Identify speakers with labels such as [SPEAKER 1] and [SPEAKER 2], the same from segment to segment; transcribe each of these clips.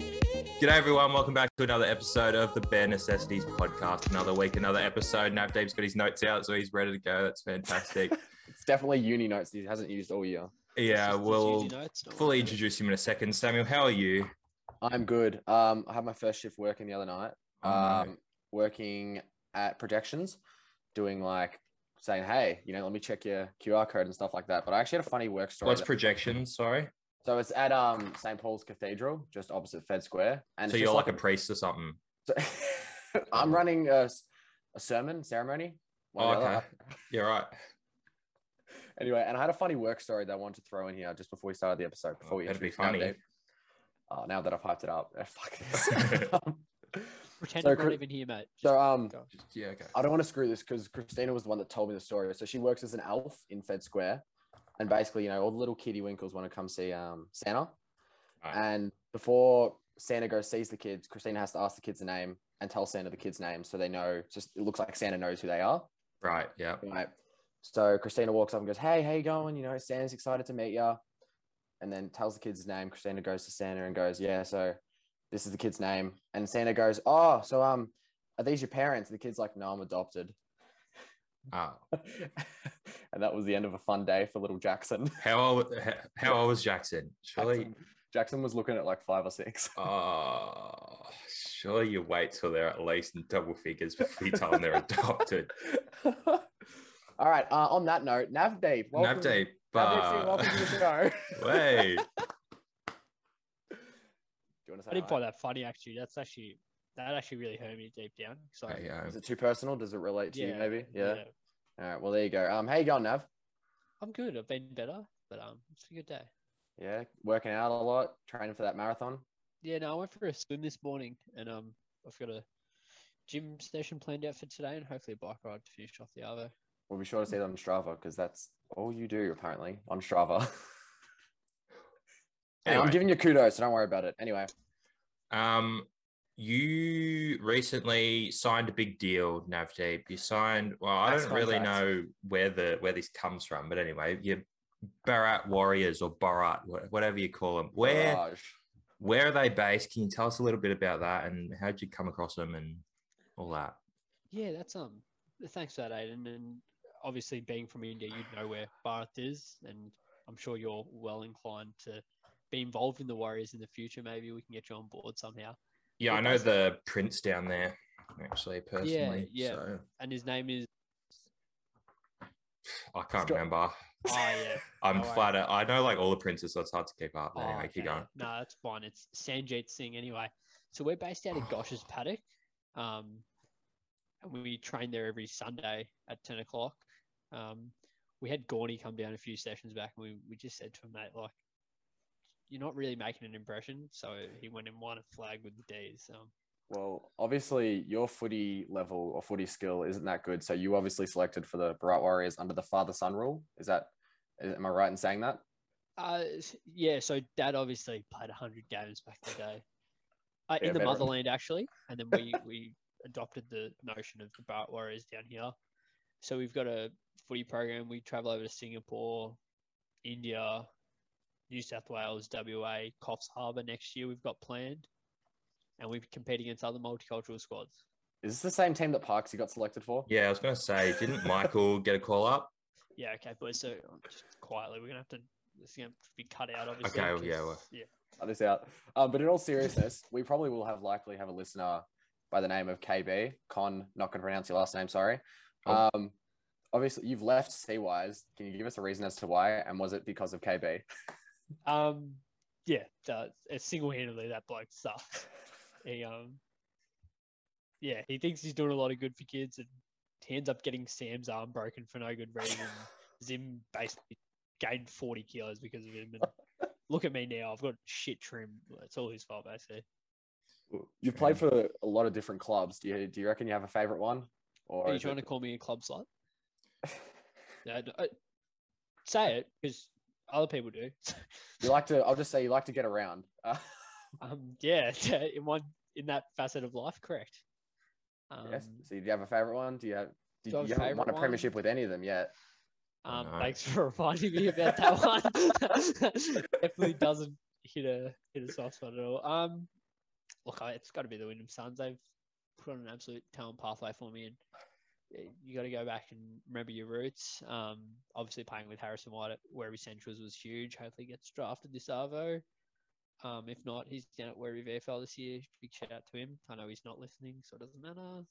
[SPEAKER 1] G'day, everyone. Welcome back to another episode of the Bare Necessities podcast. Another week, another episode. Navdeep's got his notes out, so he's ready to go. That's fantastic.
[SPEAKER 2] It's definitely uni notes that he hasn't used all year.
[SPEAKER 1] yeah,
[SPEAKER 3] Just- just
[SPEAKER 1] we'll
[SPEAKER 3] use your notes, don't
[SPEAKER 1] fully
[SPEAKER 3] worry.
[SPEAKER 1] introduce him in a second. Samuel, how are you?
[SPEAKER 2] I'm good. Um, I had my first shift working the other night.
[SPEAKER 1] Oh, no.
[SPEAKER 2] Um, working at projections, doing like saying, "Hey, you know, let me check your QR code and stuff like that." But I actually had a funny work story.
[SPEAKER 1] What's
[SPEAKER 2] that-
[SPEAKER 1] projections? Sorry.
[SPEAKER 2] so it's at um St Paul's Cathedral, just opposite Fed Square, and
[SPEAKER 1] so
[SPEAKER 2] it's
[SPEAKER 1] you're
[SPEAKER 2] just
[SPEAKER 1] like, a priest or something?
[SPEAKER 2] so- I'm running a, s- a sermon ceremony. one or
[SPEAKER 1] Oh,
[SPEAKER 2] the
[SPEAKER 1] okay.
[SPEAKER 2] other.
[SPEAKER 1] Yeah, right.
[SPEAKER 2] Anyway, and I had a funny work story that I wanted to throw in here just before we started the episode. Before we
[SPEAKER 1] that'd be
[SPEAKER 2] introduced
[SPEAKER 1] funny.
[SPEAKER 2] Navdeep. Oh, now that I've hyped it up, fuck this. Um,
[SPEAKER 3] Pretend
[SPEAKER 2] So
[SPEAKER 3] you're not
[SPEAKER 2] Chris-
[SPEAKER 3] even here, mate.
[SPEAKER 2] so um,
[SPEAKER 1] Just- yeah, okay.
[SPEAKER 2] I don't want to screw this because Christina was the one that told me the story. So she works as an elf in Fed Square, and basically, you know, all the little kiddie winkles want to come see um, Santa.
[SPEAKER 1] Right.
[SPEAKER 2] And before Santa goes sees the kids, Christina has to ask the kids a name and tell Santa the kid's name so they know. Just it looks like Santa knows who they are.
[SPEAKER 1] Right. Yeah.
[SPEAKER 2] Right. So Christina walks up and goes, "Hey, how you going? You know, Santa's excited to meet ya." And then tells the kid's name. Christina goes to Santa and goes, "Yeah, so this is the kid's name." And Santa goes, "Oh, so um, are these your parents?" And the kid's like, "No, I'm adopted."
[SPEAKER 1] Oh.
[SPEAKER 2] and that was the end of a fun day for little Jackson.
[SPEAKER 1] How old? h- How old was Jackson? Surely.
[SPEAKER 2] Jackson, Jackson was looking at like five or six.
[SPEAKER 1] Oh, surely you wait till they're at least in double figures before you tell them they're adopted.
[SPEAKER 2] All right. Uh, on that note, Navdeep, welcome,
[SPEAKER 1] Navdeep,
[SPEAKER 2] Navdeep Singh,
[SPEAKER 1] but
[SPEAKER 2] welcome to the show.
[SPEAKER 1] Wait.
[SPEAKER 2] Do you want to say
[SPEAKER 3] I didn't
[SPEAKER 2] hi?
[SPEAKER 3] find that funny actually. That's actually that actually really hurt me deep down. So
[SPEAKER 1] Hey, um,
[SPEAKER 2] Is it too personal? Does it relate to you?
[SPEAKER 3] Yeah,
[SPEAKER 2] Maybe. Yeah. All right. Well, there you go. Um, how you going, Nav?
[SPEAKER 3] I'm good. I've been better, but um, it's a good day.
[SPEAKER 2] Yeah, working out a lot, training for that marathon.
[SPEAKER 3] Yeah, no, I went for a swim this morning, and um, I've got a gym session planned out for today, and hopefully a bike ride to finish off the arvo.
[SPEAKER 2] We'll be sure to see it on Strava because that's all you do apparently on Strava. Hey,
[SPEAKER 1] anyway,
[SPEAKER 2] I'm giving you kudos, so don't worry about it. Anyway,
[SPEAKER 1] um, you recently signed a big deal, Navdeep. You signed. Well, I
[SPEAKER 2] Max
[SPEAKER 1] don't really
[SPEAKER 2] contract.
[SPEAKER 1] know where the where this comes from, but anyway, you Barat Warriors or Barat, wha- whatever you call them. Where
[SPEAKER 2] Barrage.
[SPEAKER 1] where are they based? Can you tell us a little bit about that and how did you come across them and all that?
[SPEAKER 3] Yeah, that's um. Thanks for that, Aiden. And obviously, being from India, you'd know where Bharat is, and I'm sure you're well inclined to be involved in the Warriors in the future. Maybe we can get you on board somehow.
[SPEAKER 1] Yeah, I
[SPEAKER 3] Yeah,
[SPEAKER 1] know the prints down there, actually, personally.
[SPEAKER 3] yeah.
[SPEAKER 1] So
[SPEAKER 3] And his name is.
[SPEAKER 1] I can't
[SPEAKER 2] got-
[SPEAKER 1] remember.
[SPEAKER 3] Oh yeah.
[SPEAKER 1] I'm
[SPEAKER 3] no worries.
[SPEAKER 1] flat out. I know like all the princes, so it's hard to keep up.
[SPEAKER 3] Oh,
[SPEAKER 1] Anyway, keep
[SPEAKER 3] okay.
[SPEAKER 1] going.
[SPEAKER 3] No, that's fine. It's Sanjit Singh anyway. So we're based out of Gosh's Paddock. Um, and we train there every Sunday at 10 o'clock. Um, we had Gorney come down a few sessions back and we, we just said to him, mate, like, you're not really making an impression. So he went and won a flag with the D's. Um,
[SPEAKER 2] Well, obviously your footy level or footy skill isn't that good, so you obviously selected for the Barat Warriors under the father son rule. Is that? Am I right in saying that?
[SPEAKER 3] Uh, s- yeah. So dad obviously played hundred games back in the day, uh,
[SPEAKER 2] Yeah,
[SPEAKER 3] in the
[SPEAKER 2] veteran.
[SPEAKER 3] motherland actually, and then we we adopted the notion of the Barrett Warriors down here. So we've got a footy program. We travel over to Singapore, India, New South Wales, WA, Coffs Harbour next year. We've got planned, and we compete against other multicultural squads.
[SPEAKER 2] Is this the same team that Parksy got selected for?
[SPEAKER 1] Yeah, I was gonna say, didn't Michael get a call up?
[SPEAKER 3] Yeah, okay, boys. So just quietly, we're gonna have to. This is gonna be cut out, obviously.
[SPEAKER 1] Okay, yeah,
[SPEAKER 3] 'cause-
[SPEAKER 1] well.
[SPEAKER 3] yeah.
[SPEAKER 2] cut this out. Um, but in all seriousness, we probably will have likely have a listener by the name of KB Con. Not going to pronounce your last name. Sorry.
[SPEAKER 1] Oh.
[SPEAKER 2] Um, obviously you've left Seawise. Can you give us a reason as to why? And was it because of KB?
[SPEAKER 3] Um, yeah, uh, single-handedly that bloke sucks. He um, yeah, he thinks he's doing a lot of good for kids, and he ends up getting Sam's arm broken for no good reason. and Zim basically gained forty kilos because of him. And look at me now, I've got shit trim. It's all his fault, basically.
[SPEAKER 2] You've played for a lot of different clubs. Do you do you reckon you have a favorite one? Or
[SPEAKER 3] Are you
[SPEAKER 2] is
[SPEAKER 3] trying
[SPEAKER 2] it-
[SPEAKER 3] to call me a club slut? No, no, I- say it because other people do.
[SPEAKER 2] you like to? I'll just say you like to get around. Uh,
[SPEAKER 3] um, yeah, in one in that facet of life, correct. Um,
[SPEAKER 2] yes. So do you have a favorite one? Do you have? Do
[SPEAKER 3] Do I have
[SPEAKER 2] you
[SPEAKER 3] a
[SPEAKER 2] haven't won a
[SPEAKER 3] favourite one?
[SPEAKER 2] premiership with any of them yet?
[SPEAKER 1] I
[SPEAKER 3] Um,
[SPEAKER 1] know.
[SPEAKER 3] thanks for reminding me about that one. Definitely doesn't hit a hit a soft spot at all. Um, look, I, it's got to be the Wyndham Suns. They've put on an absolute talent pathway for me, and yeah, you got to go back and remember your roots. Um, obviously, playing with Harrison White at Werribee Centrals was huge. Hopefully, he gets drafted this Arvo. Um, if not, he's down at Werribee VFL this year. Big shout out to him. I know he's not listening, so it doesn't matter.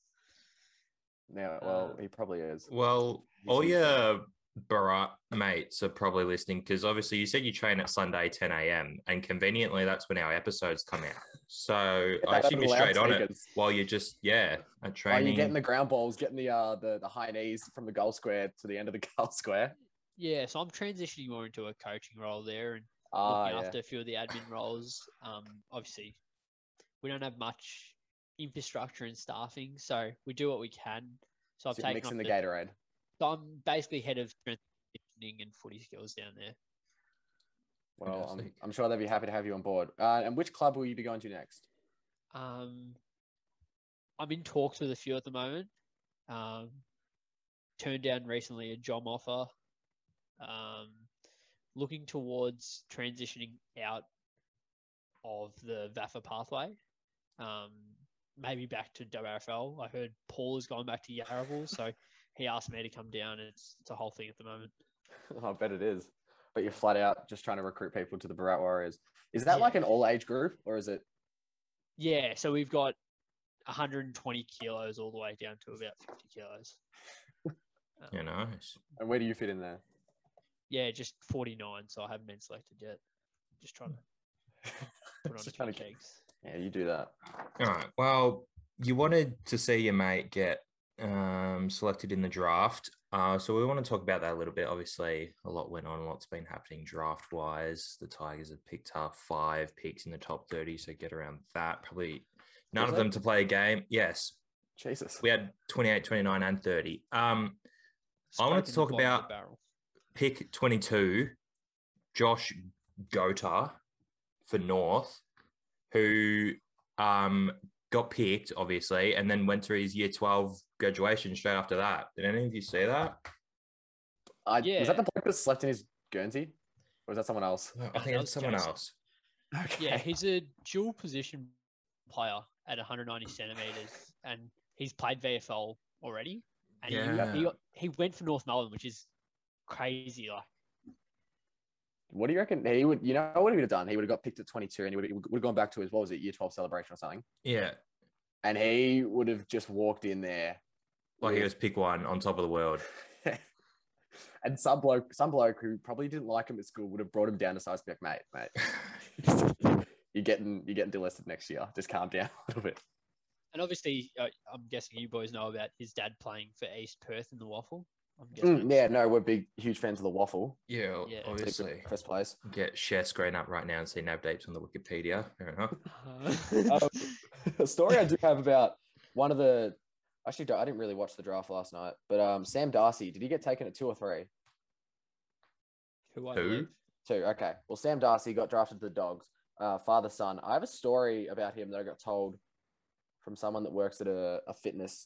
[SPEAKER 2] Yeah, well, he probably is.
[SPEAKER 1] Well, all your Barat mates are probably listening because obviously you said you train at Sunday 10 a.m. and conveniently that's when our episodes come out. So I assume you're straight on it while you're just yeah a
[SPEAKER 2] Are you
[SPEAKER 1] training.
[SPEAKER 2] Oh, getting the ground balls, getting the uh the, the high knees from the goal square to the end of the goal square?
[SPEAKER 3] Yeah, so I'm transitioning more into a coaching role there, and
[SPEAKER 2] Ah,
[SPEAKER 3] looking
[SPEAKER 2] yeah.
[SPEAKER 3] after a few of the admin roles. Um, obviously, we don't have much infrastructure and staffing, so we do what we can. So I've
[SPEAKER 2] So you're mixing
[SPEAKER 3] taken on
[SPEAKER 2] the
[SPEAKER 3] the,
[SPEAKER 2] Gatorade.
[SPEAKER 3] So I'm basically head of strength and conditioning and footy skills down there.
[SPEAKER 2] Well, I'm,
[SPEAKER 1] Fantastic.
[SPEAKER 2] I'm sure they'd be happy to have you on board. Uh, and which club will you be going to next?
[SPEAKER 3] Um, I'm in talks with a few at the moment. Um, turned down recently a job offer. Um, looking towards transitioning out of the VAFA pathway. Um, maybe back to WRFL. I heard Paul has gone back to Yarraville, so he asked me to come down. It's it's a whole thing at the moment.
[SPEAKER 2] I bet it is. But you're flat out just trying to recruit people to the Barat Warriors. Is that like
[SPEAKER 3] Yeah.
[SPEAKER 2] an all age group or is it?
[SPEAKER 3] Yeah, so we've got 120 kilos all the way down to about 50 kilos. Um,
[SPEAKER 1] you know, it's-
[SPEAKER 2] And where do you fit in there?
[SPEAKER 3] Yeah, just 49, so I haven't been selected yet. Just trying to put on
[SPEAKER 2] Just
[SPEAKER 3] a
[SPEAKER 2] trying
[SPEAKER 3] few
[SPEAKER 2] to get-
[SPEAKER 3] kegs.
[SPEAKER 2] Yeah, you do that.
[SPEAKER 1] all right. Well, you wanted to see your mate get um, selected in the draft, uh, so we want to talk about that a little bit. Obviously, a lot went on, a lot's been happening draft wise. The Tigers have picked up five picks in the top thirty, so get around that. Probably none
[SPEAKER 2] Was
[SPEAKER 1] of
[SPEAKER 2] it?
[SPEAKER 1] them to play a game. Yes,
[SPEAKER 2] Jesus.
[SPEAKER 1] we had 28, 29, and thirty. Um, I wanted to talk
[SPEAKER 3] Spoken bottom of
[SPEAKER 1] about-
[SPEAKER 3] the barrel.
[SPEAKER 1] pick 22, Josh Gota for North, who um, got picked, obviously, and then went to his year 12 graduation straight after that. Did any of you see that?
[SPEAKER 2] I, Was
[SPEAKER 3] Yeah.
[SPEAKER 2] that the bloke that slept in his Guernsey? Or was that someone else?
[SPEAKER 1] I think
[SPEAKER 3] that
[SPEAKER 1] it's
[SPEAKER 3] was
[SPEAKER 1] someone
[SPEAKER 3] Jason.
[SPEAKER 1] else.
[SPEAKER 2] Okay.
[SPEAKER 3] Yeah, he's a dual position player at 190 centimeters, and he's played VFL already. And he-
[SPEAKER 1] Yeah.
[SPEAKER 3] he, got- he went for North Melbourne, which is crazy. Like,
[SPEAKER 2] What do you reckon? He would, you know, what he would have done? He would have got picked at 22 and he would have gone back to his, what was it, year 12 celebration or something.
[SPEAKER 1] Yeah.
[SPEAKER 2] And he would have just walked in there.
[SPEAKER 1] Like he
[SPEAKER 2] with-
[SPEAKER 1] was pick one on top of the world.
[SPEAKER 2] and some bloke, some bloke who probably didn't like him at school would have brought him down to size spec, mate, mate. you're getting you're getting delisted next year. Just calm down a little bit.
[SPEAKER 3] and obviously, uh, I'm guessing you boys know about his dad playing for East Perth in the Waffle. I'm guessing.
[SPEAKER 2] Mm, yeah, no, we're big, huge fans of the waffle.
[SPEAKER 1] Yeah,
[SPEAKER 3] Yeah.
[SPEAKER 1] obviously.
[SPEAKER 2] First place.
[SPEAKER 1] Get share screen up right now and see nav dates on the Wikipedia. Fair enough.
[SPEAKER 3] Uh,
[SPEAKER 2] a story I do have about one of the. Actually, I didn't really watch the draft last night, but um, Sam Darcy, did he get taken at two or three?
[SPEAKER 3] who I
[SPEAKER 1] Who?
[SPEAKER 3] believe.
[SPEAKER 2] Two. Okay. Well, Sam Darcy got drafted to the Dogs, uh, father son. I have a story about him that I got told from someone that works at a, a fitness,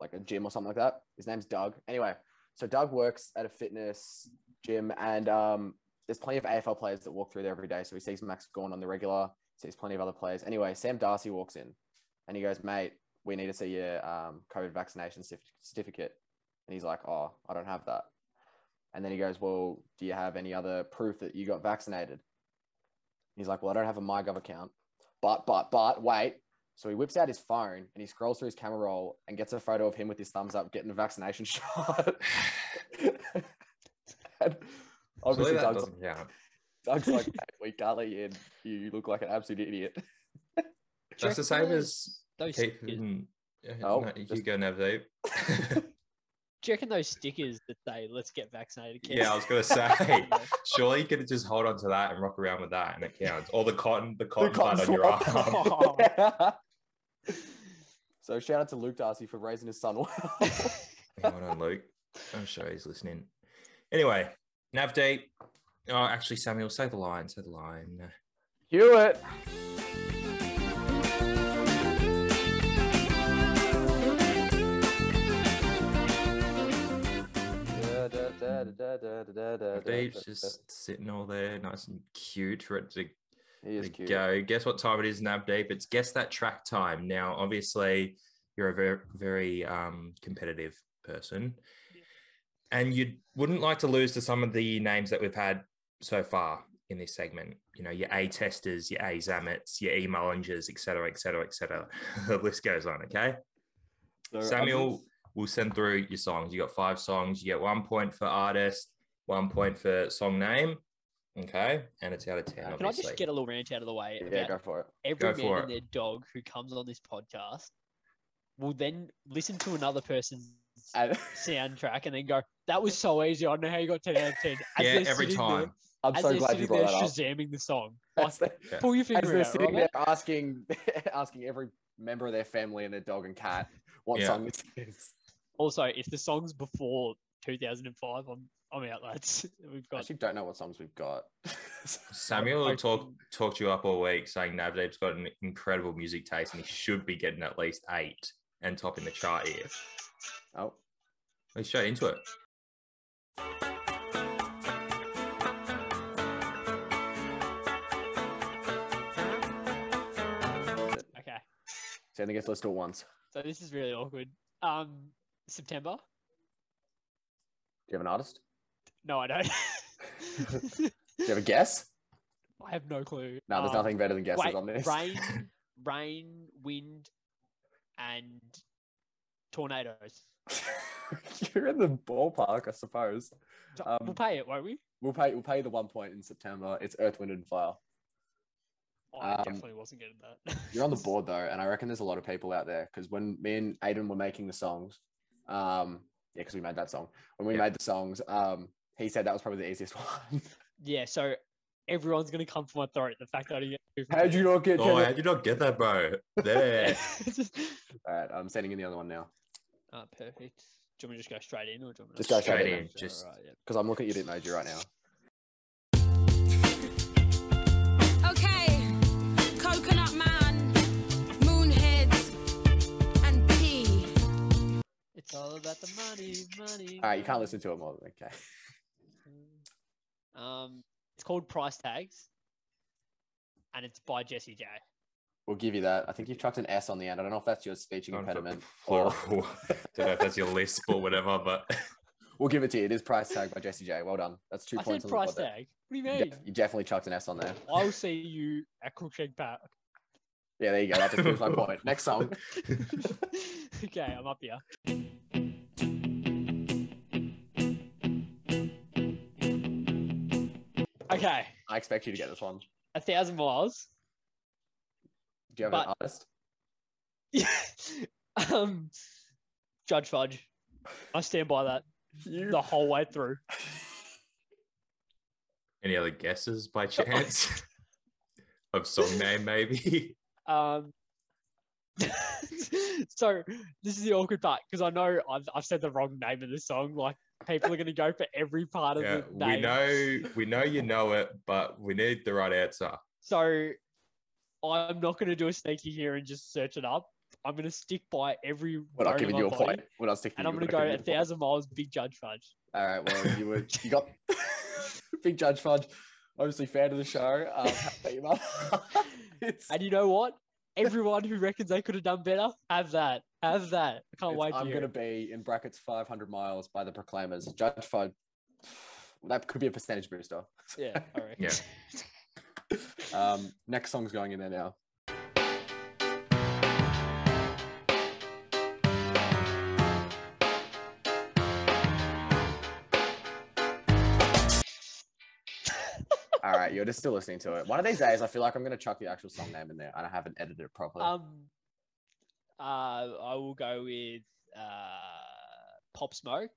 [SPEAKER 2] like a gym or something like that. His name's Doug. Anyway, so Doug works at a fitness gym, and um, there's plenty of AFL players that walk through there every day. So he sees Max Gorn on the regular, sees plenty of other players. Anyway, Sam Darcy walks in and he goes, Mate, we need to see your um, COVID vaccination certif- certificate. And he's like, Oh, I don't have that. And then he goes, Well, do you have any other proof that you got vaccinated? And he's like, Well, I don't have a MyGov account. But, but, but, wait. So he whips out his phone and he scrolls through his camera roll and gets a photo of him with his thumbs up getting a vaccination shot. And
[SPEAKER 1] Surely
[SPEAKER 2] obviously,
[SPEAKER 1] that
[SPEAKER 2] Doug's,
[SPEAKER 1] doesn't count.
[SPEAKER 2] Doug's like, "Mate, we can't let you in. You look like an absolute idiot.
[SPEAKER 1] That's the same as
[SPEAKER 3] those
[SPEAKER 1] Keep
[SPEAKER 3] stickers-
[SPEAKER 1] in- yeah,
[SPEAKER 2] Oh,
[SPEAKER 1] no, you
[SPEAKER 2] just-
[SPEAKER 1] go nav date.
[SPEAKER 3] Do you reckon those stickers that say "Let's get vaccinated"? kids?
[SPEAKER 1] Yeah, I was gonna say. Surely you could just hold on to that and rock around with that, and it counts. Or the cotton, the cotton, bud on your arm.
[SPEAKER 3] Oh.
[SPEAKER 2] so shout out to Luke Darcy for raising his son well.
[SPEAKER 1] Hang on, uh, Luke. I'm sure he's listening. Anyway, nav date. Oh, actually, Samuel, say the line. Say the line.
[SPEAKER 2] Hewitt.
[SPEAKER 1] Nav date's just sitting all there, nice and cute, ready to
[SPEAKER 2] He is
[SPEAKER 1] There you
[SPEAKER 2] cute.
[SPEAKER 1] go. Guess what time it is, Nab Deep? It's guess that track time. Now, obviously, you're a very, very um, competitive person, and you wouldn't like to lose to some of the names that we've had so far in this segment. You know, your A testers, your A Zamets, your E Mullingers, et cetera, et cetera, et cetera. the list goes on. Okay.
[SPEAKER 2] So,
[SPEAKER 1] Samuel will send through your songs. You got five songs. You get one point for artist, one point for song name. Okay, and it's out of ten.
[SPEAKER 2] Can
[SPEAKER 3] Can I
[SPEAKER 1] Obviously.
[SPEAKER 3] just get a little rant out of the way
[SPEAKER 2] I'm-
[SPEAKER 3] about
[SPEAKER 2] um, yeah, go for it.
[SPEAKER 1] Go
[SPEAKER 3] every
[SPEAKER 1] for
[SPEAKER 3] man
[SPEAKER 1] it.
[SPEAKER 3] and their dog who comes on this podcast will then listen to another person's
[SPEAKER 2] And-
[SPEAKER 3] soundtrack and then go, "That was so easy. I don't know how you got ten out of 10. As
[SPEAKER 1] yeah,
[SPEAKER 3] they're
[SPEAKER 1] every
[SPEAKER 3] sitting there-
[SPEAKER 1] time.
[SPEAKER 2] I'm
[SPEAKER 3] as
[SPEAKER 2] so
[SPEAKER 3] they're
[SPEAKER 2] glad
[SPEAKER 3] sitting
[SPEAKER 2] you
[SPEAKER 3] there
[SPEAKER 2] brought that up.
[SPEAKER 3] shazamming the song. Like,
[SPEAKER 2] As they-
[SPEAKER 1] Yeah.
[SPEAKER 3] pull your
[SPEAKER 2] as
[SPEAKER 3] finger
[SPEAKER 2] they're
[SPEAKER 3] out,
[SPEAKER 2] sitting
[SPEAKER 3] Robert.
[SPEAKER 2] there asking, asking every member of their family and their dog and cat what
[SPEAKER 1] Yeah.
[SPEAKER 2] song this is.
[SPEAKER 3] Also, if the song's before 2005, I'm I'm out, lads. We've
[SPEAKER 2] I
[SPEAKER 3] got
[SPEAKER 2] actually don't know what songs we've got.
[SPEAKER 1] Samuel
[SPEAKER 3] I-
[SPEAKER 1] talked talked you up all week, saying Navdeep's got an incredible music taste and he should be getting at least eight and topping the chart here.
[SPEAKER 2] oh,
[SPEAKER 1] Let's straight into it.
[SPEAKER 3] okay.
[SPEAKER 2] so I think it's listed once.
[SPEAKER 3] So this is really awkward. Um, September?
[SPEAKER 2] Do you have an artist?
[SPEAKER 3] No, I don't.
[SPEAKER 2] Do you have a guess?
[SPEAKER 3] I have no clue.
[SPEAKER 2] No, there's
[SPEAKER 3] Um,
[SPEAKER 2] nothing better than guesses
[SPEAKER 3] wait,
[SPEAKER 2] on this.
[SPEAKER 3] rain, rain, wind, and tornadoes.
[SPEAKER 2] You're in the ballpark, I suppose.
[SPEAKER 3] So
[SPEAKER 2] Um,
[SPEAKER 3] we'll pay it, won't we?
[SPEAKER 2] We'll pay. We'll pay the one point in September. It's Earth, Wind, and Fire.
[SPEAKER 3] Oh, I
[SPEAKER 2] um,
[SPEAKER 3] definitely wasn't getting that.
[SPEAKER 2] You're on the board though, and I reckon there's a lot of people out there because when me and Aiden were making the songs, um, yeah, because we made that song. When we
[SPEAKER 1] Yeah.
[SPEAKER 2] made the songs, um, he said that was probably the easiest one.
[SPEAKER 3] yeah, so everyone's gonna come for my throat. The fact that I didn't get.
[SPEAKER 2] How'd you not get?
[SPEAKER 1] Oh, how did you not get that, bro? There.
[SPEAKER 2] All right, I'm sending in the other one now
[SPEAKER 3] Ah, perfect. Do you want me to just go straight in, or do you want me
[SPEAKER 2] Just go straight
[SPEAKER 1] in, just-
[SPEAKER 3] Alright, yeah.
[SPEAKER 2] because I'm looking at your emoji right now.
[SPEAKER 4] Okay, Coconut Man, Moonheads, and P.
[SPEAKER 3] It's all about the money, money.
[SPEAKER 2] All right, you can't
[SPEAKER 3] money.
[SPEAKER 2] listen to it more. than Okay,
[SPEAKER 3] Um, it's called Price Tags, and it's by Jesse J.
[SPEAKER 2] we'll give you that. I think you've chucked an S on the end. I don't know if that's your speech
[SPEAKER 1] Gone for
[SPEAKER 2] impediment.
[SPEAKER 1] Plural.
[SPEAKER 2] Or...
[SPEAKER 1] Don't know if that's your list or whatever, but
[SPEAKER 2] We'll give it to you. It is price tag by Jesse J. Well done. That's two
[SPEAKER 3] I
[SPEAKER 2] points
[SPEAKER 3] said
[SPEAKER 2] on the
[SPEAKER 3] price
[SPEAKER 2] board. there.
[SPEAKER 3] tag. What do you
[SPEAKER 2] You
[SPEAKER 3] mean?
[SPEAKER 2] def- you definitely chucked an S on there.
[SPEAKER 3] I'll see you at Crookshank Park.
[SPEAKER 2] Yeah, there you go. That just proves my point. Next song.
[SPEAKER 3] okay, I'm up here. Okay,
[SPEAKER 2] I expect you to get this one.
[SPEAKER 3] a thousand miles.
[SPEAKER 2] Do you have an
[SPEAKER 3] But-
[SPEAKER 2] artist?
[SPEAKER 3] um, Judge Fudge. I stand by that
[SPEAKER 2] You.
[SPEAKER 3] the whole way through.
[SPEAKER 1] any other guesses by chance? of song name, maybe?
[SPEAKER 3] Um, so this is the awkward part because I know I've, I've said the wrong name of the song. Like people are going to go for every part of
[SPEAKER 1] Yeah,
[SPEAKER 3] the name.
[SPEAKER 1] we know we know you know it, but we need the right answer.
[SPEAKER 3] So I'm not going to do a sneaky here and just search it up. I'm going to stick by every.
[SPEAKER 2] We're not
[SPEAKER 3] bone in
[SPEAKER 2] giving
[SPEAKER 3] my
[SPEAKER 2] you a
[SPEAKER 3] body,
[SPEAKER 2] point. We're not sticking.
[SPEAKER 3] And I'm
[SPEAKER 2] you,
[SPEAKER 3] going to
[SPEAKER 2] we're
[SPEAKER 3] go
[SPEAKER 2] not
[SPEAKER 3] a
[SPEAKER 2] giving you
[SPEAKER 3] thousand miles, Big Judge Fudge.
[SPEAKER 2] a point. All right. Well, you were. You got big judge fudge. Obviously, fan of the show. Um, how about your mother? it's,
[SPEAKER 3] And you know what? Everyone who reckons they could have done better, have that. Have that. I can't
[SPEAKER 2] it's
[SPEAKER 3] wait to
[SPEAKER 2] I'm
[SPEAKER 3] hear
[SPEAKER 2] going to
[SPEAKER 3] it.
[SPEAKER 2] be in brackets 500 miles by the Proclaimers. Judge fudge. That could be a percentage booster.
[SPEAKER 3] Yeah, all right.
[SPEAKER 1] Yeah.
[SPEAKER 2] Um, next song's going in there now. All right, you're just still listening to it. One of these days, I feel like I'm going to chuck the actual song name in there, and I haven't edited it properly.
[SPEAKER 3] Um, uh, I will go with uh, Pop Smoke,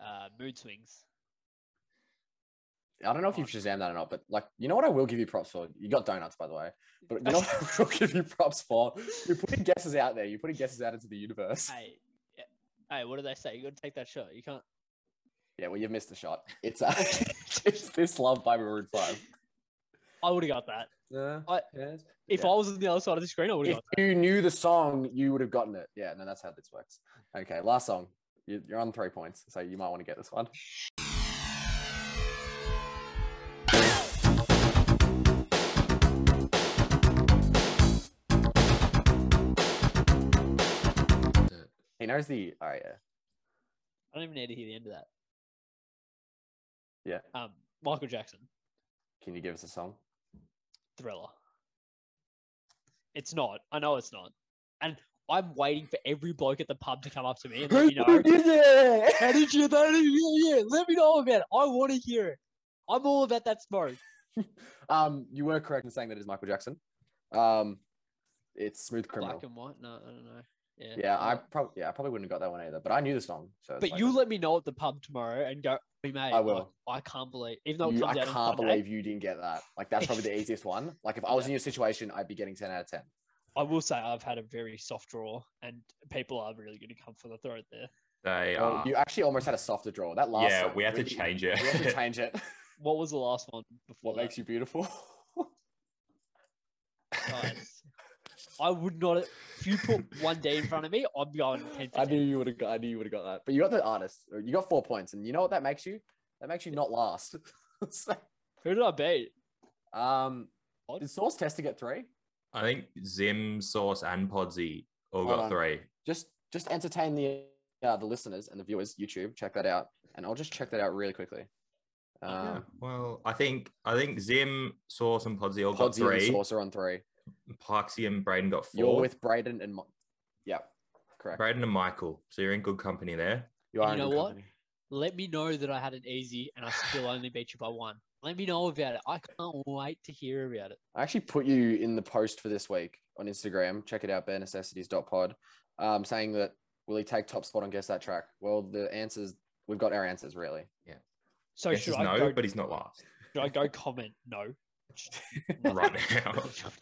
[SPEAKER 3] uh, Mood Swings.
[SPEAKER 2] I don't know if you've Shazam that or not, but like, you know what? I will give you props for. You got donuts, by the way. But you know what? I will give you props for. You're putting guesses out there. You're putting guesses out into the universe.
[SPEAKER 3] Hey, yeah. hey, what do they say? You got to take that shot. You can't.
[SPEAKER 2] Yeah, well, you've missed the shot. It's uh, it's this love by Maroon Five.
[SPEAKER 3] I would have got that.
[SPEAKER 2] Yeah.
[SPEAKER 3] I- If
[SPEAKER 2] Yeah.
[SPEAKER 3] I was on the other side of the screen, I would have
[SPEAKER 2] If
[SPEAKER 3] got
[SPEAKER 2] you knew the song, you would have gotten it. Yeah, no, that's how this works. Okay, last song. You- You're on three points, so you might want to get this one. He knows the. Oh yeah,
[SPEAKER 3] I don't even need to hear the end of that.
[SPEAKER 2] yeah.
[SPEAKER 3] Um, Michael Jackson,
[SPEAKER 2] Can you give us a song?
[SPEAKER 3] Thriller. It's not. I know it's not. And I'm waiting for every bloke at the pub to come up to me and let me know. How did you? That yeah, yeah. Let me know about it. I want to hear it. I'm all about that smoke.
[SPEAKER 2] um, you were correct in saying that it is Michael Jackson. Um, it's Smooth Criminal.
[SPEAKER 3] Black and white? No, I don't know. Yeah,
[SPEAKER 2] Yeah, I probably yeah, I probably wouldn't have got that one either, but I knew the song. So it's
[SPEAKER 3] But
[SPEAKER 2] like-
[SPEAKER 3] you let me know at the pub tomorrow and go. Be mate.
[SPEAKER 2] I will.
[SPEAKER 3] I, I can't believe, even though it
[SPEAKER 2] You- I
[SPEAKER 3] comes out on
[SPEAKER 2] can't
[SPEAKER 3] Sunday,
[SPEAKER 2] believe you didn't get that. Like that's probably the easiest one. Like if I was in your situation, I'd be getting ten out of ten.
[SPEAKER 3] I will say I've had a very soft draw, and people are really going to come for the throat there.
[SPEAKER 1] They
[SPEAKER 2] Well,
[SPEAKER 1] are.
[SPEAKER 2] you actually almost had a softer draw. That Oh, last.
[SPEAKER 1] yeah,
[SPEAKER 2] one
[SPEAKER 1] we had to
[SPEAKER 2] really-
[SPEAKER 1] change
[SPEAKER 2] We
[SPEAKER 1] it.
[SPEAKER 2] had to change it.
[SPEAKER 3] What was the last one before?
[SPEAKER 2] what makes you beautiful?
[SPEAKER 3] I would not. If you put one D in front of me, I'm going ten for
[SPEAKER 2] I knew
[SPEAKER 3] ten.
[SPEAKER 2] you would have. I knew you would have got that. But you got the artist. or You got four points, and you know what that makes you? That makes you not last. So,
[SPEAKER 3] Who did I beat?
[SPEAKER 2] um,
[SPEAKER 3] Odd.
[SPEAKER 2] did Source test to get three?
[SPEAKER 1] I think Zim, Sauce, and Podsy all
[SPEAKER 2] Hold
[SPEAKER 1] got
[SPEAKER 2] on.
[SPEAKER 1] three.
[SPEAKER 2] Just just entertain the uh, the listeners and the viewers. YouTube, check that out, and I'll just check that out really quickly.
[SPEAKER 1] Yeah,
[SPEAKER 2] Um,
[SPEAKER 1] well, I think I think Zim, Sauce, and Podsy all got
[SPEAKER 2] Podsy and
[SPEAKER 1] three.
[SPEAKER 2] Source are on three.
[SPEAKER 1] Parksy and Braden got 4
[SPEAKER 2] you You're with Braden and Mo- yeah, correct.
[SPEAKER 1] Braden and Michael. So you're in good company there.
[SPEAKER 2] You are
[SPEAKER 3] And you
[SPEAKER 2] in
[SPEAKER 3] know
[SPEAKER 2] good
[SPEAKER 3] what?
[SPEAKER 2] company.
[SPEAKER 3] Let me know that I had an easy, and I still only beat you by one. Let me know about it. I can't wait to hear about it.
[SPEAKER 2] I actually put you in the post for this week on Instagram. Check it out, barenecessities.pod, um, saying that will he take top spot on guess that track? Well, the answers we've got our answers really.
[SPEAKER 3] So
[SPEAKER 1] yes
[SPEAKER 3] should
[SPEAKER 1] is
[SPEAKER 3] Oh,
[SPEAKER 1] no,
[SPEAKER 3] I go?
[SPEAKER 1] but he's not last
[SPEAKER 3] Should I go comment? No.
[SPEAKER 1] right now.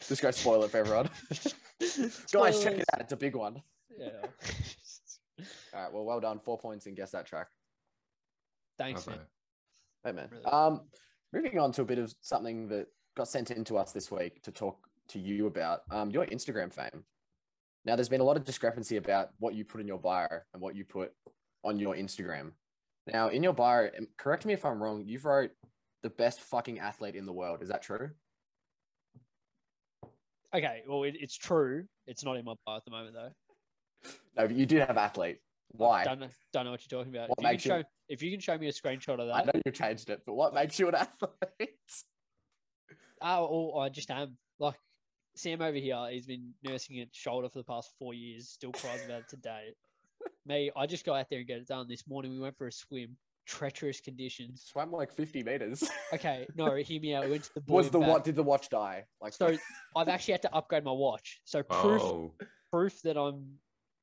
[SPEAKER 2] Just go spoil it for everyone, guys. Check it out; it's a big one.
[SPEAKER 3] Yeah.
[SPEAKER 2] All right, well, well done. Four points in guess that track.
[SPEAKER 3] Thanks,
[SPEAKER 1] Okay.
[SPEAKER 3] man.
[SPEAKER 2] Hey man.
[SPEAKER 3] Really?
[SPEAKER 2] Um, moving on to a bit of something that got sent in to us this week to talk to you about um, your Instagram fame. Now, there's been a lot of discrepancy about what you put in your bio and what you put on your Instagram. Now, in your bio, and correct me if I'm wrong, you've wrote the best fucking athlete in the world. Is that true?
[SPEAKER 3] Okay, well, it, it's true. It's not in my bio at the moment, though.
[SPEAKER 2] No, but you do have athlete. Why?
[SPEAKER 3] Don't know, don't know what you're talking about.
[SPEAKER 2] What
[SPEAKER 3] if, you can
[SPEAKER 2] makes you-
[SPEAKER 3] show, if you can show me a screenshot of
[SPEAKER 2] I
[SPEAKER 3] that,
[SPEAKER 2] know you changed it, but what makes you an athlete?
[SPEAKER 3] oh, oh, I just am. Like, Sam over here, he's been nursing his shoulder for the past four years, still cries about it today. Me, I just go out there and get it done. This morning, we went for a swim, treacherous conditions.
[SPEAKER 2] Swam like 50 meters.
[SPEAKER 3] Okay, no, hear me out. We went to the boy
[SPEAKER 2] Was
[SPEAKER 3] and
[SPEAKER 2] the
[SPEAKER 3] back.
[SPEAKER 2] what? Did the watch die? Like,
[SPEAKER 3] So I've actually had to upgrade my watch. So proof
[SPEAKER 1] Oh,
[SPEAKER 3] proof that I'm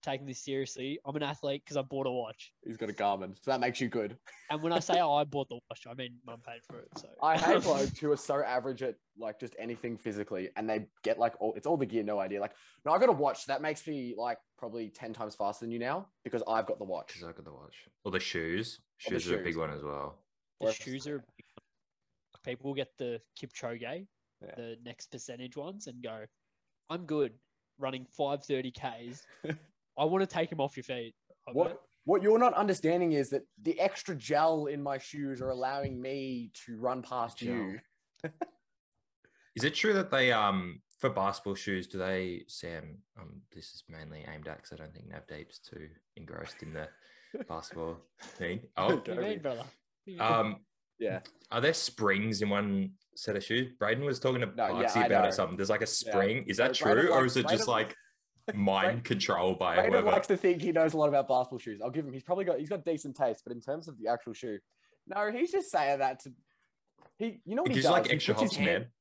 [SPEAKER 3] taking this seriously. I'm an athlete because I bought a watch.
[SPEAKER 2] he's got a Garmin, so that makes you good.
[SPEAKER 3] And when I say oh, I bought the watch, I mean mum paid for it. So
[SPEAKER 2] I hate blokes who are so average at like just anything physically, and they get like all it's all the gear, no idea. Like, no, I got a watch that makes me like probably ten times faster than you now because I've got the watch.
[SPEAKER 1] because I got the watch. Or the shoes.
[SPEAKER 2] Or the
[SPEAKER 1] Shoes are a big
[SPEAKER 2] shoes.
[SPEAKER 1] one as well.
[SPEAKER 3] the
[SPEAKER 2] Worth-
[SPEAKER 3] shoes are people get the Kipchoge,
[SPEAKER 2] Yeah.
[SPEAKER 3] the next percentage ones, and go, I'm good running 530 Ks. I want to take them off your feet. I bet.
[SPEAKER 2] What what you're not understanding is that the extra gel in my shoes are allowing me to run past
[SPEAKER 1] Gel.
[SPEAKER 2] you.
[SPEAKER 1] Is it true that they um for basketball shoes do they Sam? Um, this is mainly aimed at because I don't think Nav Deep's too engrossed in the basketball thing. Oh,
[SPEAKER 3] What do you
[SPEAKER 2] Derby.
[SPEAKER 3] mean, brother? What do you mean?
[SPEAKER 1] um,
[SPEAKER 2] Yeah.
[SPEAKER 1] Are there springs in one set of shoes? Braden was talking to
[SPEAKER 2] No, yeah,
[SPEAKER 1] Barksy
[SPEAKER 2] I
[SPEAKER 1] about it
[SPEAKER 2] know.
[SPEAKER 1] or something. There's like a spring. Is that
[SPEAKER 2] No, Braden
[SPEAKER 1] true, or
[SPEAKER 2] likes-
[SPEAKER 1] is it just
[SPEAKER 2] Braden likes-
[SPEAKER 1] like mind
[SPEAKER 2] Braden-
[SPEAKER 1] control by
[SPEAKER 2] Braden
[SPEAKER 1] whoever?
[SPEAKER 2] likes to think he knows a lot about basketball shoes. I'll give him. He's probably got he's got decent taste, but in terms of the actual shoe, no, he's just saying that to he. You know what
[SPEAKER 1] It
[SPEAKER 2] he
[SPEAKER 1] gives
[SPEAKER 2] does?
[SPEAKER 1] you like
[SPEAKER 2] He
[SPEAKER 1] extra
[SPEAKER 2] puts his
[SPEAKER 1] hops,
[SPEAKER 2] hand-
[SPEAKER 1] man.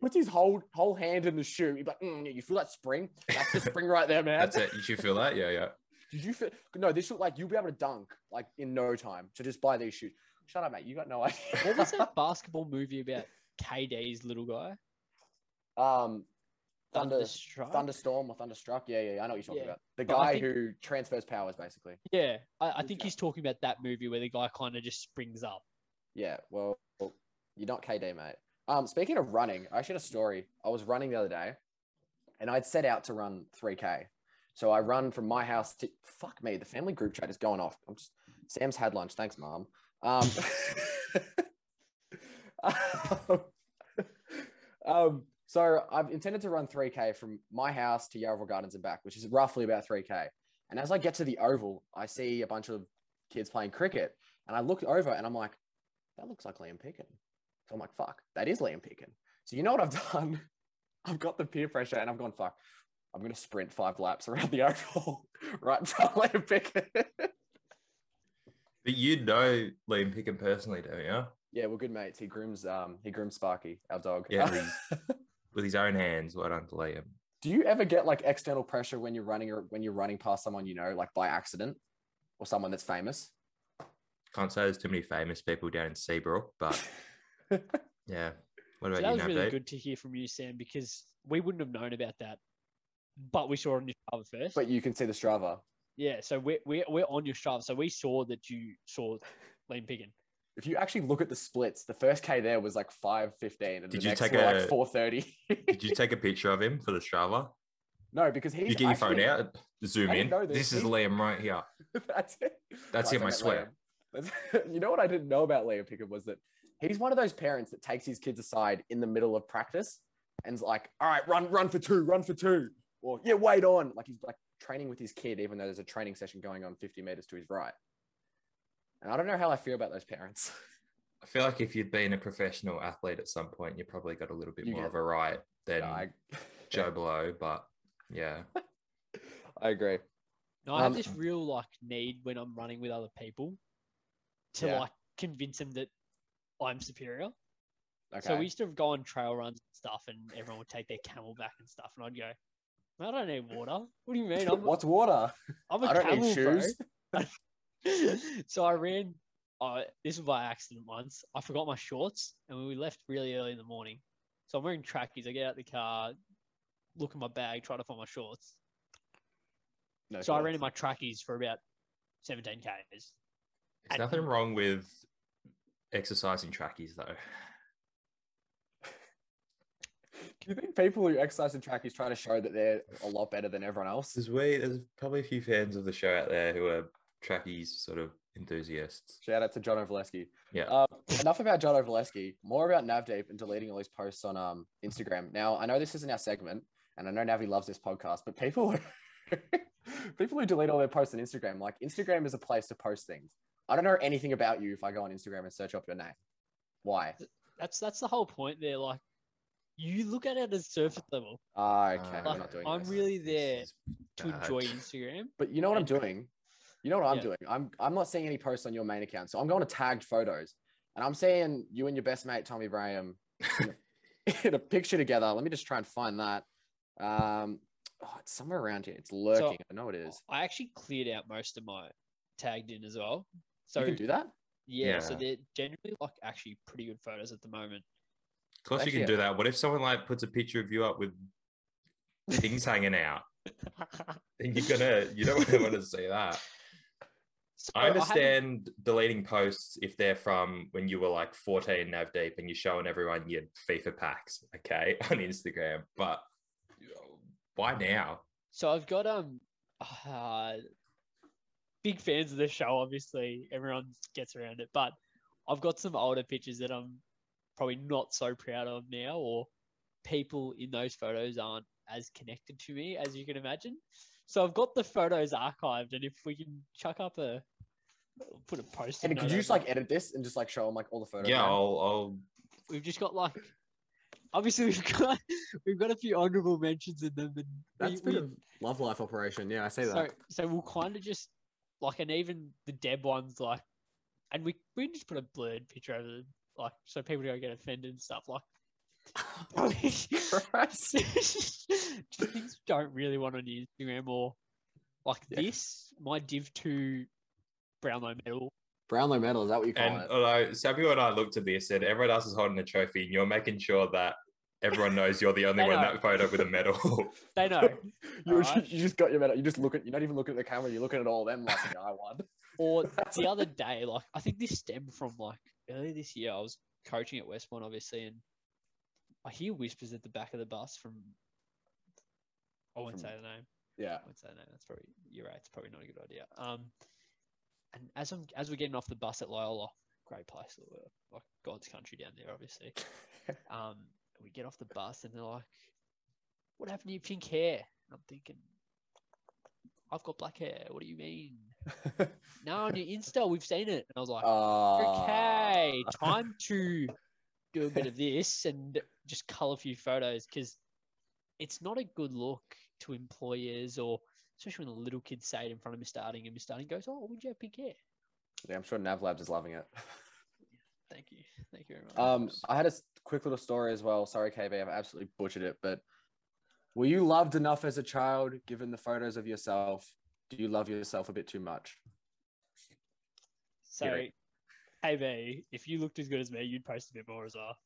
[SPEAKER 2] puts his whole whole hand in the shoe. He's like, mm, you feel that spring? That's the spring right there, man.
[SPEAKER 1] That's it. You should feel that. Yeah, yeah.
[SPEAKER 2] Did you feel? No, this look like you'll be able to dunk like in no time. So just buy these shoes. Shut up, mate. You got no idea.
[SPEAKER 3] what was that basketball movie about KD's little guy?
[SPEAKER 2] Um, Thunder,
[SPEAKER 3] Thunderstruck?
[SPEAKER 2] thunderstorm or thunderstruck? Yeah, yeah, yeah, I know what you're talking
[SPEAKER 3] Yeah.
[SPEAKER 2] about. The
[SPEAKER 3] But I
[SPEAKER 2] guy
[SPEAKER 3] think-
[SPEAKER 2] who transfers powers, basically.
[SPEAKER 3] Yeah, I, I
[SPEAKER 2] Who's
[SPEAKER 3] think
[SPEAKER 2] that?
[SPEAKER 3] he's talking about that movie where the guy kind of just springs up.
[SPEAKER 2] Yeah. Well, you're not KD, mate. Um, speaking of running, I actually had a story. I was running the other day, and I'd set out to run 3K. So I run from my house to fuck me. The family group chat is going off. I'm just Sam's had lunch. Thanks, mom. Um, um, so I've intended to run 3K from my house to Yarraville Gardens and back, which is roughly about 3K. And as I get to the oval, I see a bunch of kids playing cricket. And I look over and I'm like, that looks like Liam Picken. So I'm like, fuck, that is Liam Picken. So you know what I've done? I've got the peer pressure and I've gone, fuck, I'm going to sprint five laps around the oval right in front of Liam Picken.
[SPEAKER 1] But you know Liam Pickett personally, don't you?
[SPEAKER 2] yeah, we're good mates. He grooms, um, he grooms Sparky, our dog.
[SPEAKER 1] Yeah, With his own hands, well done to Liam.
[SPEAKER 2] Do you ever get like external pressure when you're running or when you're running past someone you know, like by accident, or someone that's famous?
[SPEAKER 1] Can't say there's too many famous people down in Seabrook, but yeah. What
[SPEAKER 3] So
[SPEAKER 1] about
[SPEAKER 3] that
[SPEAKER 1] you,
[SPEAKER 3] was
[SPEAKER 1] Nabdo?
[SPEAKER 3] really good to hear from you, Sam, because we wouldn't have known about that, but we saw it on your Strava first.
[SPEAKER 2] But you can see the Strava.
[SPEAKER 3] yeah, so we're, we're, we're on your Strava. So we saw that you saw Liam Piggin.
[SPEAKER 2] If you actually look at the splits, the first K there was like five fifteen, and
[SPEAKER 1] Did
[SPEAKER 2] the
[SPEAKER 1] you
[SPEAKER 2] next
[SPEAKER 1] take
[SPEAKER 2] were
[SPEAKER 1] a-
[SPEAKER 2] like four thirty.
[SPEAKER 1] Did you take a picture of him for the Strava?
[SPEAKER 2] no, because he's
[SPEAKER 1] you get your phone
[SPEAKER 2] actually-
[SPEAKER 1] out, zoom
[SPEAKER 2] I didn't
[SPEAKER 1] in.
[SPEAKER 2] know
[SPEAKER 1] This,
[SPEAKER 2] this.
[SPEAKER 1] is
[SPEAKER 2] He's-
[SPEAKER 1] Liam right here.
[SPEAKER 2] That's it.
[SPEAKER 1] That's him, I swear.
[SPEAKER 2] Liam. you know what I didn't know about Liam Pickett was that he's one of those parents that takes his kids aside in the middle of practice and's like, "All right, run, run for two, run for two. Or yeah, wait on. Like he's like training with his kid, even though there's a training session going on 50 meters to his right. And I don't know how I feel about those parents.
[SPEAKER 1] I feel like if you'd been a professional athlete at some point, you probably got a little bit
[SPEAKER 2] You
[SPEAKER 1] more
[SPEAKER 2] get-
[SPEAKER 1] of a right than
[SPEAKER 2] I,
[SPEAKER 1] Joe Blow. But yeah,
[SPEAKER 2] I agree.
[SPEAKER 3] No, I have
[SPEAKER 2] Um,
[SPEAKER 3] this real like need when I'm running with other people to
[SPEAKER 2] Yeah.
[SPEAKER 3] like convince them that I'm superior.
[SPEAKER 2] Okay.
[SPEAKER 3] So we used to go on trail runs and stuff, and everyone would take their camel back and stuff, and I'd go, "I don't need water. What do you mean? I'm,
[SPEAKER 2] What's water?
[SPEAKER 3] I'm a
[SPEAKER 2] I don't
[SPEAKER 3] camel,
[SPEAKER 2] need
[SPEAKER 3] bro."
[SPEAKER 2] shoes.
[SPEAKER 3] so I ran. Uh, this was by accident once. I forgot my shorts, and we left really early in the morning. So I'm wearing trackies. I get out the car, look in my bag, try to find my shorts.
[SPEAKER 2] No
[SPEAKER 3] so I ran
[SPEAKER 2] shorts.
[SPEAKER 3] in my trackies for about 17 k's.
[SPEAKER 1] there's
[SPEAKER 3] And-
[SPEAKER 1] nothing wrong with exercising trackies though.
[SPEAKER 2] Do you think people who exercise in trackies try to show that they're a lot better than everyone else?
[SPEAKER 1] There's way there's probably a few fans of the show out there who are trackies sort of enthusiasts.
[SPEAKER 2] Shout out to John Ovaleski.
[SPEAKER 1] Yeah.
[SPEAKER 2] Uh, enough about John Ovaleski. More about Navdeep and deleting all his posts on um, Instagram. Now, I know this isn't our segment, and I know Navi loves this podcast, but people, people who delete all their posts on Instagram, like Instagram is a place to post things. I don't know anything about you if I go on Instagram and search up your name. Why?
[SPEAKER 3] That's that's the whole point there. Like, you look at it as surface level
[SPEAKER 2] Ah, okay,
[SPEAKER 1] Uh,
[SPEAKER 2] we're not doing
[SPEAKER 3] I'm
[SPEAKER 2] this.
[SPEAKER 3] really- there
[SPEAKER 1] This is
[SPEAKER 3] to
[SPEAKER 1] bad.
[SPEAKER 3] enjoy Instagram.
[SPEAKER 2] But you know what I'm
[SPEAKER 3] Andrew.
[SPEAKER 2] doing? You know what I'm
[SPEAKER 3] Yeah.
[SPEAKER 2] doing? I'm I'm not seeing any posts on your main account. So I'm going to tagged photos. And I'm seeing you and your best mate Tommy Braham in a, in a picture together. Let me just try and find that. Um oh, it's somewhere around here. It's lurking. I know it is.
[SPEAKER 3] I actually cleared out most of my tagged in as well.
[SPEAKER 2] So
[SPEAKER 3] So
[SPEAKER 2] you can do that?
[SPEAKER 3] yeah, so
[SPEAKER 1] Yeah.
[SPEAKER 3] they're generally like actually pretty good photos at the moment.
[SPEAKER 1] Of course you
[SPEAKER 2] Actually,
[SPEAKER 1] can do that. What if someone like puts a picture of you up with things hanging out? Then you're gonna you don't want to see that.
[SPEAKER 3] So
[SPEAKER 1] I
[SPEAKER 3] haven't-
[SPEAKER 1] understand deleting posts if they're from when you were like 14 nav deep and you're showing everyone your FIFA packs, okay, on Instagram. But uh, why now?
[SPEAKER 3] so I've got um uh, big fans of the show. Obviously, everyone gets around it, but I've got some older pictures that I'm probably not so proud of now, or people in those photos aren't as connected to me as you can imagine. So I've got the photos archived, and if we can chuck up a put a post.
[SPEAKER 2] And
[SPEAKER 3] note
[SPEAKER 2] could you just
[SPEAKER 3] over it.
[SPEAKER 2] like edit this and just like show them like all the photos?
[SPEAKER 1] Yeah,
[SPEAKER 2] now?
[SPEAKER 1] I'll, I'll
[SPEAKER 3] we've just got like obviously we've got we've got a few honorable mentions in them and
[SPEAKER 2] That's
[SPEAKER 3] we,
[SPEAKER 2] been a
[SPEAKER 3] we-
[SPEAKER 2] love life operation. Yeah, I say that.
[SPEAKER 3] so, so we'll kind of just like and even the deb ones like and we we can just put a blurred picture over them like so people don't get offended and stuff like probably-
[SPEAKER 2] Christ.
[SPEAKER 3] just things you don't really want on your Instagram or like
[SPEAKER 2] Yeah.
[SPEAKER 3] this my div 2 Brownlow medal
[SPEAKER 2] Brownlow medal, is that what you call
[SPEAKER 1] and uh,
[SPEAKER 2] it?
[SPEAKER 1] although Samuel and I looked at this and everyone else is holding a trophy and you're making sure that everyone knows you're the only
[SPEAKER 3] I
[SPEAKER 1] one in
[SPEAKER 3] know.
[SPEAKER 1] that photo with a medal.
[SPEAKER 3] they know
[SPEAKER 2] you,
[SPEAKER 3] All
[SPEAKER 2] just,
[SPEAKER 3] right.
[SPEAKER 2] you just got your medal. You just look at you're not even looking at the camera, you're looking at all them like yeah, I won.
[SPEAKER 3] or
[SPEAKER 2] That's
[SPEAKER 3] the other day, like I think this stemmed from like earlier this year. I was coaching at Westmont, obviously, and I hear whispers at the back of the bus from. I won't
[SPEAKER 2] From-
[SPEAKER 3] say the name.
[SPEAKER 2] Yeah.
[SPEAKER 3] I won't say the name. That's probably you're right. It's probably not a good idea. Um, and as I'm as we're getting off the bus at Loyola, great place, uh, like God's country down there, obviously. Um, we get off the bus and they're like, "What happened to your pink hair?" And I'm thinking, I've got black hair. What do you mean? no, on your Insta, we've seen it. And I was like,
[SPEAKER 2] Ah.
[SPEAKER 3] okay, time to do a bit of this and just cull a few photos because it's not a good look to employers or especially when the little kids say it in front of Miss Starting and Miss Starting goes, oh, would you have pink hair?
[SPEAKER 2] Yeah, I'm sure NavLabs is loving it.
[SPEAKER 3] Thank you. Thank you very much.
[SPEAKER 2] Um, I had a s- quick little story as well. Sorry, KB, I've absolutely butchered it, but were you loved enough as a child, given the photos of yourself? Do you love yourself a bit too much?
[SPEAKER 3] So,
[SPEAKER 1] Gary.
[SPEAKER 3] AB, if you looked as good as me, you'd post a bit more as well.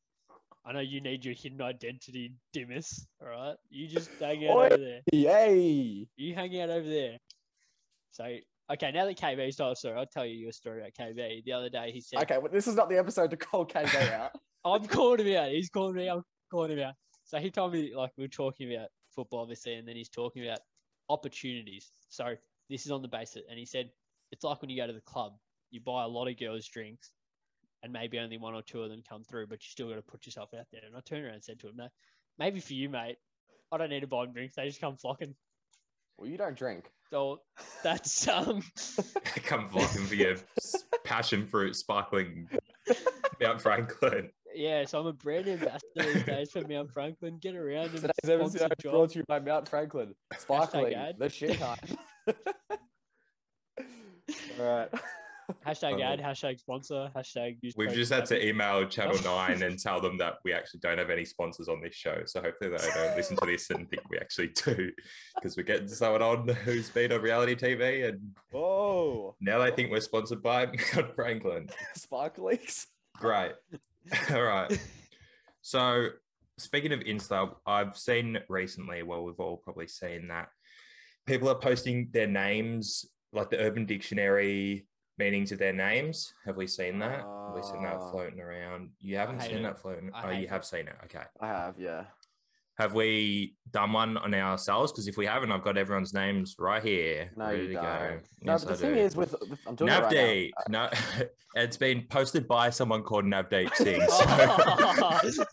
[SPEAKER 3] I know you need your hidden identity, Dimas. All right, you just hang out
[SPEAKER 2] Oi.
[SPEAKER 3] over there.
[SPEAKER 2] Yay!
[SPEAKER 3] You hang out over there. So, okay, now that KB's not sorry, I'll tell you your story about KB. The other day, he said,
[SPEAKER 2] Okay, well, this is not the episode to call KB out.
[SPEAKER 3] I'm calling him out. He's calling me. I'm calling him out. So he told me, like, we were talking about football, obviously, and then he's talking about opportunities. So this is on the basis. And he said, it's like when you go to the club, you buy a lot of girls' drinks, and maybe only one or two of them come through, but you still got to put yourself out there. And I turned around and said to him, no, maybe for you, mate, I don't need to buy them drinks. They just come flocking.
[SPEAKER 2] Well, you don't drink.
[SPEAKER 3] So that's, um,
[SPEAKER 1] Come looking for your s- passion fruit sparkling Mount Franklin.
[SPEAKER 3] yeah, so I'm a brand ambassador these days for Mount Franklin. Get around and
[SPEAKER 2] Today's episode
[SPEAKER 3] sponsor
[SPEAKER 2] is brought to you by Mount Franklin. Sparkling,
[SPEAKER 3] ad.
[SPEAKER 2] the shit kind. All right.
[SPEAKER 3] Hashtag
[SPEAKER 1] Oh.
[SPEAKER 3] ad, hashtag sponsor, hashtag use
[SPEAKER 1] We've
[SPEAKER 3] code
[SPEAKER 1] just had to
[SPEAKER 3] Gabby.
[SPEAKER 1] email Channel 9 and tell them that we actually don't have any sponsors on this show. So hopefully they don't listen to this and think we actually do because we're getting someone on who's been on reality TV and
[SPEAKER 2] Whoa,
[SPEAKER 1] now they think we're sponsored by Mount Franklin.
[SPEAKER 2] sparklings.
[SPEAKER 1] Great. All right. So, speaking of Insta, I've seen recently, well, we've all probably seen that people are posting their names, like the Urban Dictionary meanings of their names. Have we seen that? have we seen that
[SPEAKER 2] Ah.
[SPEAKER 1] floating around? You haven't
[SPEAKER 3] hate
[SPEAKER 1] seen
[SPEAKER 3] it.
[SPEAKER 1] that floating.
[SPEAKER 3] I
[SPEAKER 1] oh,
[SPEAKER 3] hate
[SPEAKER 1] you
[SPEAKER 3] it.
[SPEAKER 1] have seen it. Okay.
[SPEAKER 2] I have, yeah.
[SPEAKER 1] Have we done one on ourselves? Because if we haven't, I've got everyone's names right here.
[SPEAKER 2] No,
[SPEAKER 1] ready
[SPEAKER 2] you
[SPEAKER 1] to
[SPEAKER 2] don't.
[SPEAKER 1] go.
[SPEAKER 2] No,
[SPEAKER 1] Yes,
[SPEAKER 2] but the
[SPEAKER 1] I
[SPEAKER 2] thing
[SPEAKER 1] do.
[SPEAKER 2] is, with, with I'm doing it right
[SPEAKER 1] Navdeep. No, it's been posted by someone called Navdeep Singh. So,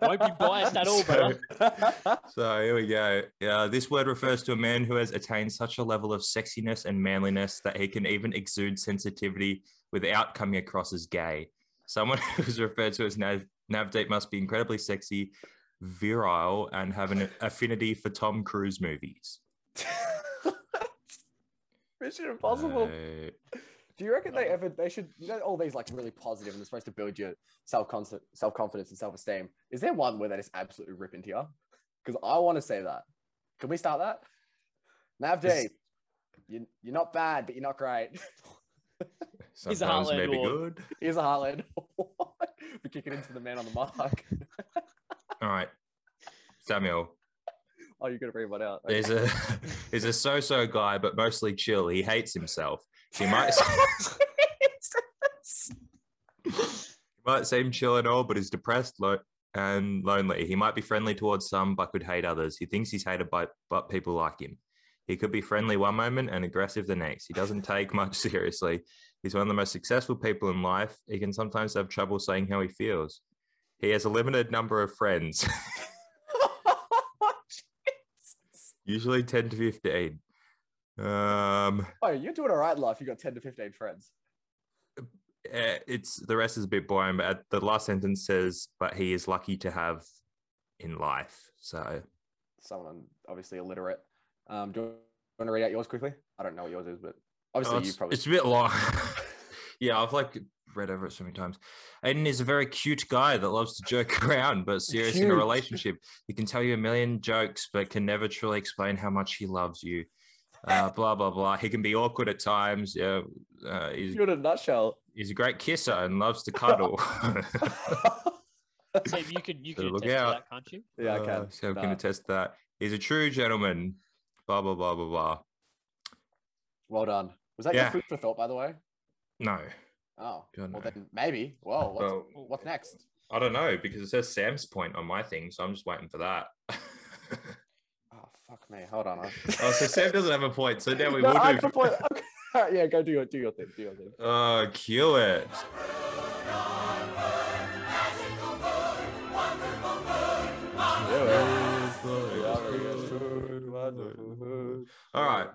[SPEAKER 3] Won't be biased at all,
[SPEAKER 1] So-
[SPEAKER 3] brother.
[SPEAKER 2] now.
[SPEAKER 1] so here we go. Uh, this word refers to a man who has attained such a level of sexiness and manliness that he can even exude sensitivity without coming across as gay. Someone who is referred to as Nav- Navdeep must be incredibly sexy, virile, and have an affinity for Tom Cruise movies.
[SPEAKER 2] Mission Impossible.
[SPEAKER 1] So-
[SPEAKER 2] Do you reckon they ever? They should. You know, all these like really positive and they're supposed to build your self concept, self confidence, and self esteem. Is there one where they just absolutely rip into you? Because I want to say that. Can we start that? Navdeep,
[SPEAKER 1] This-
[SPEAKER 2] you, you're not bad, but you're not great.
[SPEAKER 3] He's a
[SPEAKER 1] sometimes
[SPEAKER 3] Haaland
[SPEAKER 1] maybe
[SPEAKER 3] or-
[SPEAKER 1] good.
[SPEAKER 2] Here's a Heartland. we kick it into the man on the mark.
[SPEAKER 1] All right, Samuel.
[SPEAKER 2] Oh, you're gonna bring one out.
[SPEAKER 1] There's a there's a so-so guy, but mostly chill. He hates himself. He might he might seem chill and all, but is depressed lo- and lonely. He might be friendly towards some, but could hate others. He thinks he's hated by but people like him. He could be friendly one moment and aggressive the next. He doesn't take much seriously. He's one of the most successful people in life. He can sometimes have trouble saying how he feels. He has a limited number of friends. usually 10 to 15 um
[SPEAKER 2] oh, you're doing all right, life. You got ten to fifteen friends.
[SPEAKER 1] eh, it's the rest is a bit boring but at the last sentence says but he is lucky to have in life so
[SPEAKER 2] Someone obviously illiterate. Um, do you want to read out yours quickly? I don't know what yours is, but obviously
[SPEAKER 1] Oh,
[SPEAKER 2] you
[SPEAKER 1] it's,
[SPEAKER 2] probably.
[SPEAKER 1] it's a bit long yeah i've like read over it so many times aiden is a very cute guy that loves to joke around but serious in a
[SPEAKER 2] Cute.
[SPEAKER 1] relationship he can tell you a million jokes but can never truly explain how much he loves you uh, blah blah blah he can be awkward at times yeah uh, he's
[SPEAKER 2] You're in a nutshell.
[SPEAKER 1] He's a great kisser and loves to cuddle.
[SPEAKER 3] So you could you
[SPEAKER 1] So
[SPEAKER 3] could
[SPEAKER 1] look
[SPEAKER 3] attest to
[SPEAKER 1] out.
[SPEAKER 3] that, can't you?
[SPEAKER 2] yeah, I
[SPEAKER 1] Uh,
[SPEAKER 2] can.
[SPEAKER 1] so
[SPEAKER 2] Nah.
[SPEAKER 1] can attest that. He's a true gentleman. Blah blah blah blah blah.
[SPEAKER 2] Well done. Was that
[SPEAKER 1] Yeah.
[SPEAKER 2] your food for thought, by the way?
[SPEAKER 1] No.
[SPEAKER 2] Oh,
[SPEAKER 1] God,
[SPEAKER 2] well
[SPEAKER 1] no.
[SPEAKER 2] then maybe. Well, what's,
[SPEAKER 1] Well,
[SPEAKER 2] what's next?
[SPEAKER 1] I don't know because it says Sam's point on my thing, so I'm just waiting for that.
[SPEAKER 2] Oh fuck me. Hold on. I-
[SPEAKER 1] oh, so Sam doesn't have a point. So now we
[SPEAKER 2] No,
[SPEAKER 1] will
[SPEAKER 2] I
[SPEAKER 1] do.
[SPEAKER 2] have a point. Okay. All right, yeah, go do your do your thing. Do your thing.
[SPEAKER 1] Oh, cue it.
[SPEAKER 2] Do it.
[SPEAKER 1] All right.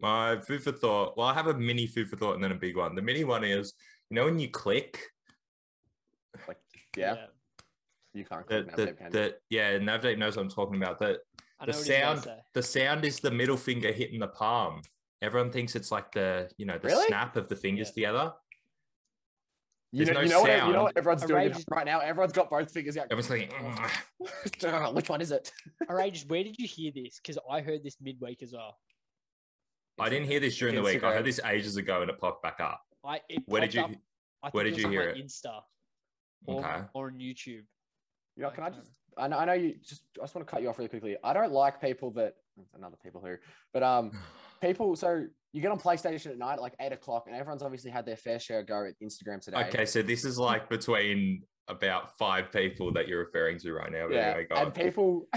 [SPEAKER 1] my food for thought. Well, I have a mini food for thought and then a big one. The mini one is, you know, when you click
[SPEAKER 2] Like, yeah, you can't click
[SPEAKER 1] that,
[SPEAKER 2] now, babe,
[SPEAKER 1] that,
[SPEAKER 2] can
[SPEAKER 1] that, yeah, Navdate knows what I'm talking about. That
[SPEAKER 3] I
[SPEAKER 1] The
[SPEAKER 3] know what he's gonna
[SPEAKER 1] sound-
[SPEAKER 3] say.
[SPEAKER 1] the sound is the middle finger hitting the palm. Everyone thinks it's like the, you know, the
[SPEAKER 2] Really?
[SPEAKER 1] snap of the fingers together.
[SPEAKER 2] you? You
[SPEAKER 1] there's
[SPEAKER 2] know,
[SPEAKER 1] no
[SPEAKER 2] you, know what, you know
[SPEAKER 1] sound.
[SPEAKER 2] what everyone's
[SPEAKER 3] A
[SPEAKER 2] doing
[SPEAKER 3] rage-
[SPEAKER 2] right now? Everyone's got both fingers out.
[SPEAKER 1] Everyone's like, "Mm."
[SPEAKER 2] Which one is it?
[SPEAKER 3] All right, just where did you hear this? Because I heard this midweek as well.
[SPEAKER 1] I didn't hear this during the week. I heard this ages ago and it popped back up.
[SPEAKER 3] I it
[SPEAKER 1] Where did
[SPEAKER 3] popped
[SPEAKER 1] you?
[SPEAKER 3] Up, I
[SPEAKER 1] where
[SPEAKER 3] think
[SPEAKER 1] did
[SPEAKER 3] was
[SPEAKER 1] you
[SPEAKER 3] on
[SPEAKER 1] hear
[SPEAKER 3] my
[SPEAKER 1] it?
[SPEAKER 3] Insta or,
[SPEAKER 1] Okay.
[SPEAKER 3] or on YouTube.
[SPEAKER 2] You know,
[SPEAKER 3] I
[SPEAKER 2] can I
[SPEAKER 3] can't
[SPEAKER 2] just? I know, I know you. Just, I just want to cut you off really quickly. I don't like people that another people who, but um, people. So you get on PlayStation at night at like eight o'clock, and everyone's obviously had their fair share go at Instagram today.
[SPEAKER 1] Okay, so this is like between about five people that you're referring to right now. but
[SPEAKER 2] Yeah,
[SPEAKER 1] anyway, Oh, go on.
[SPEAKER 2] and people.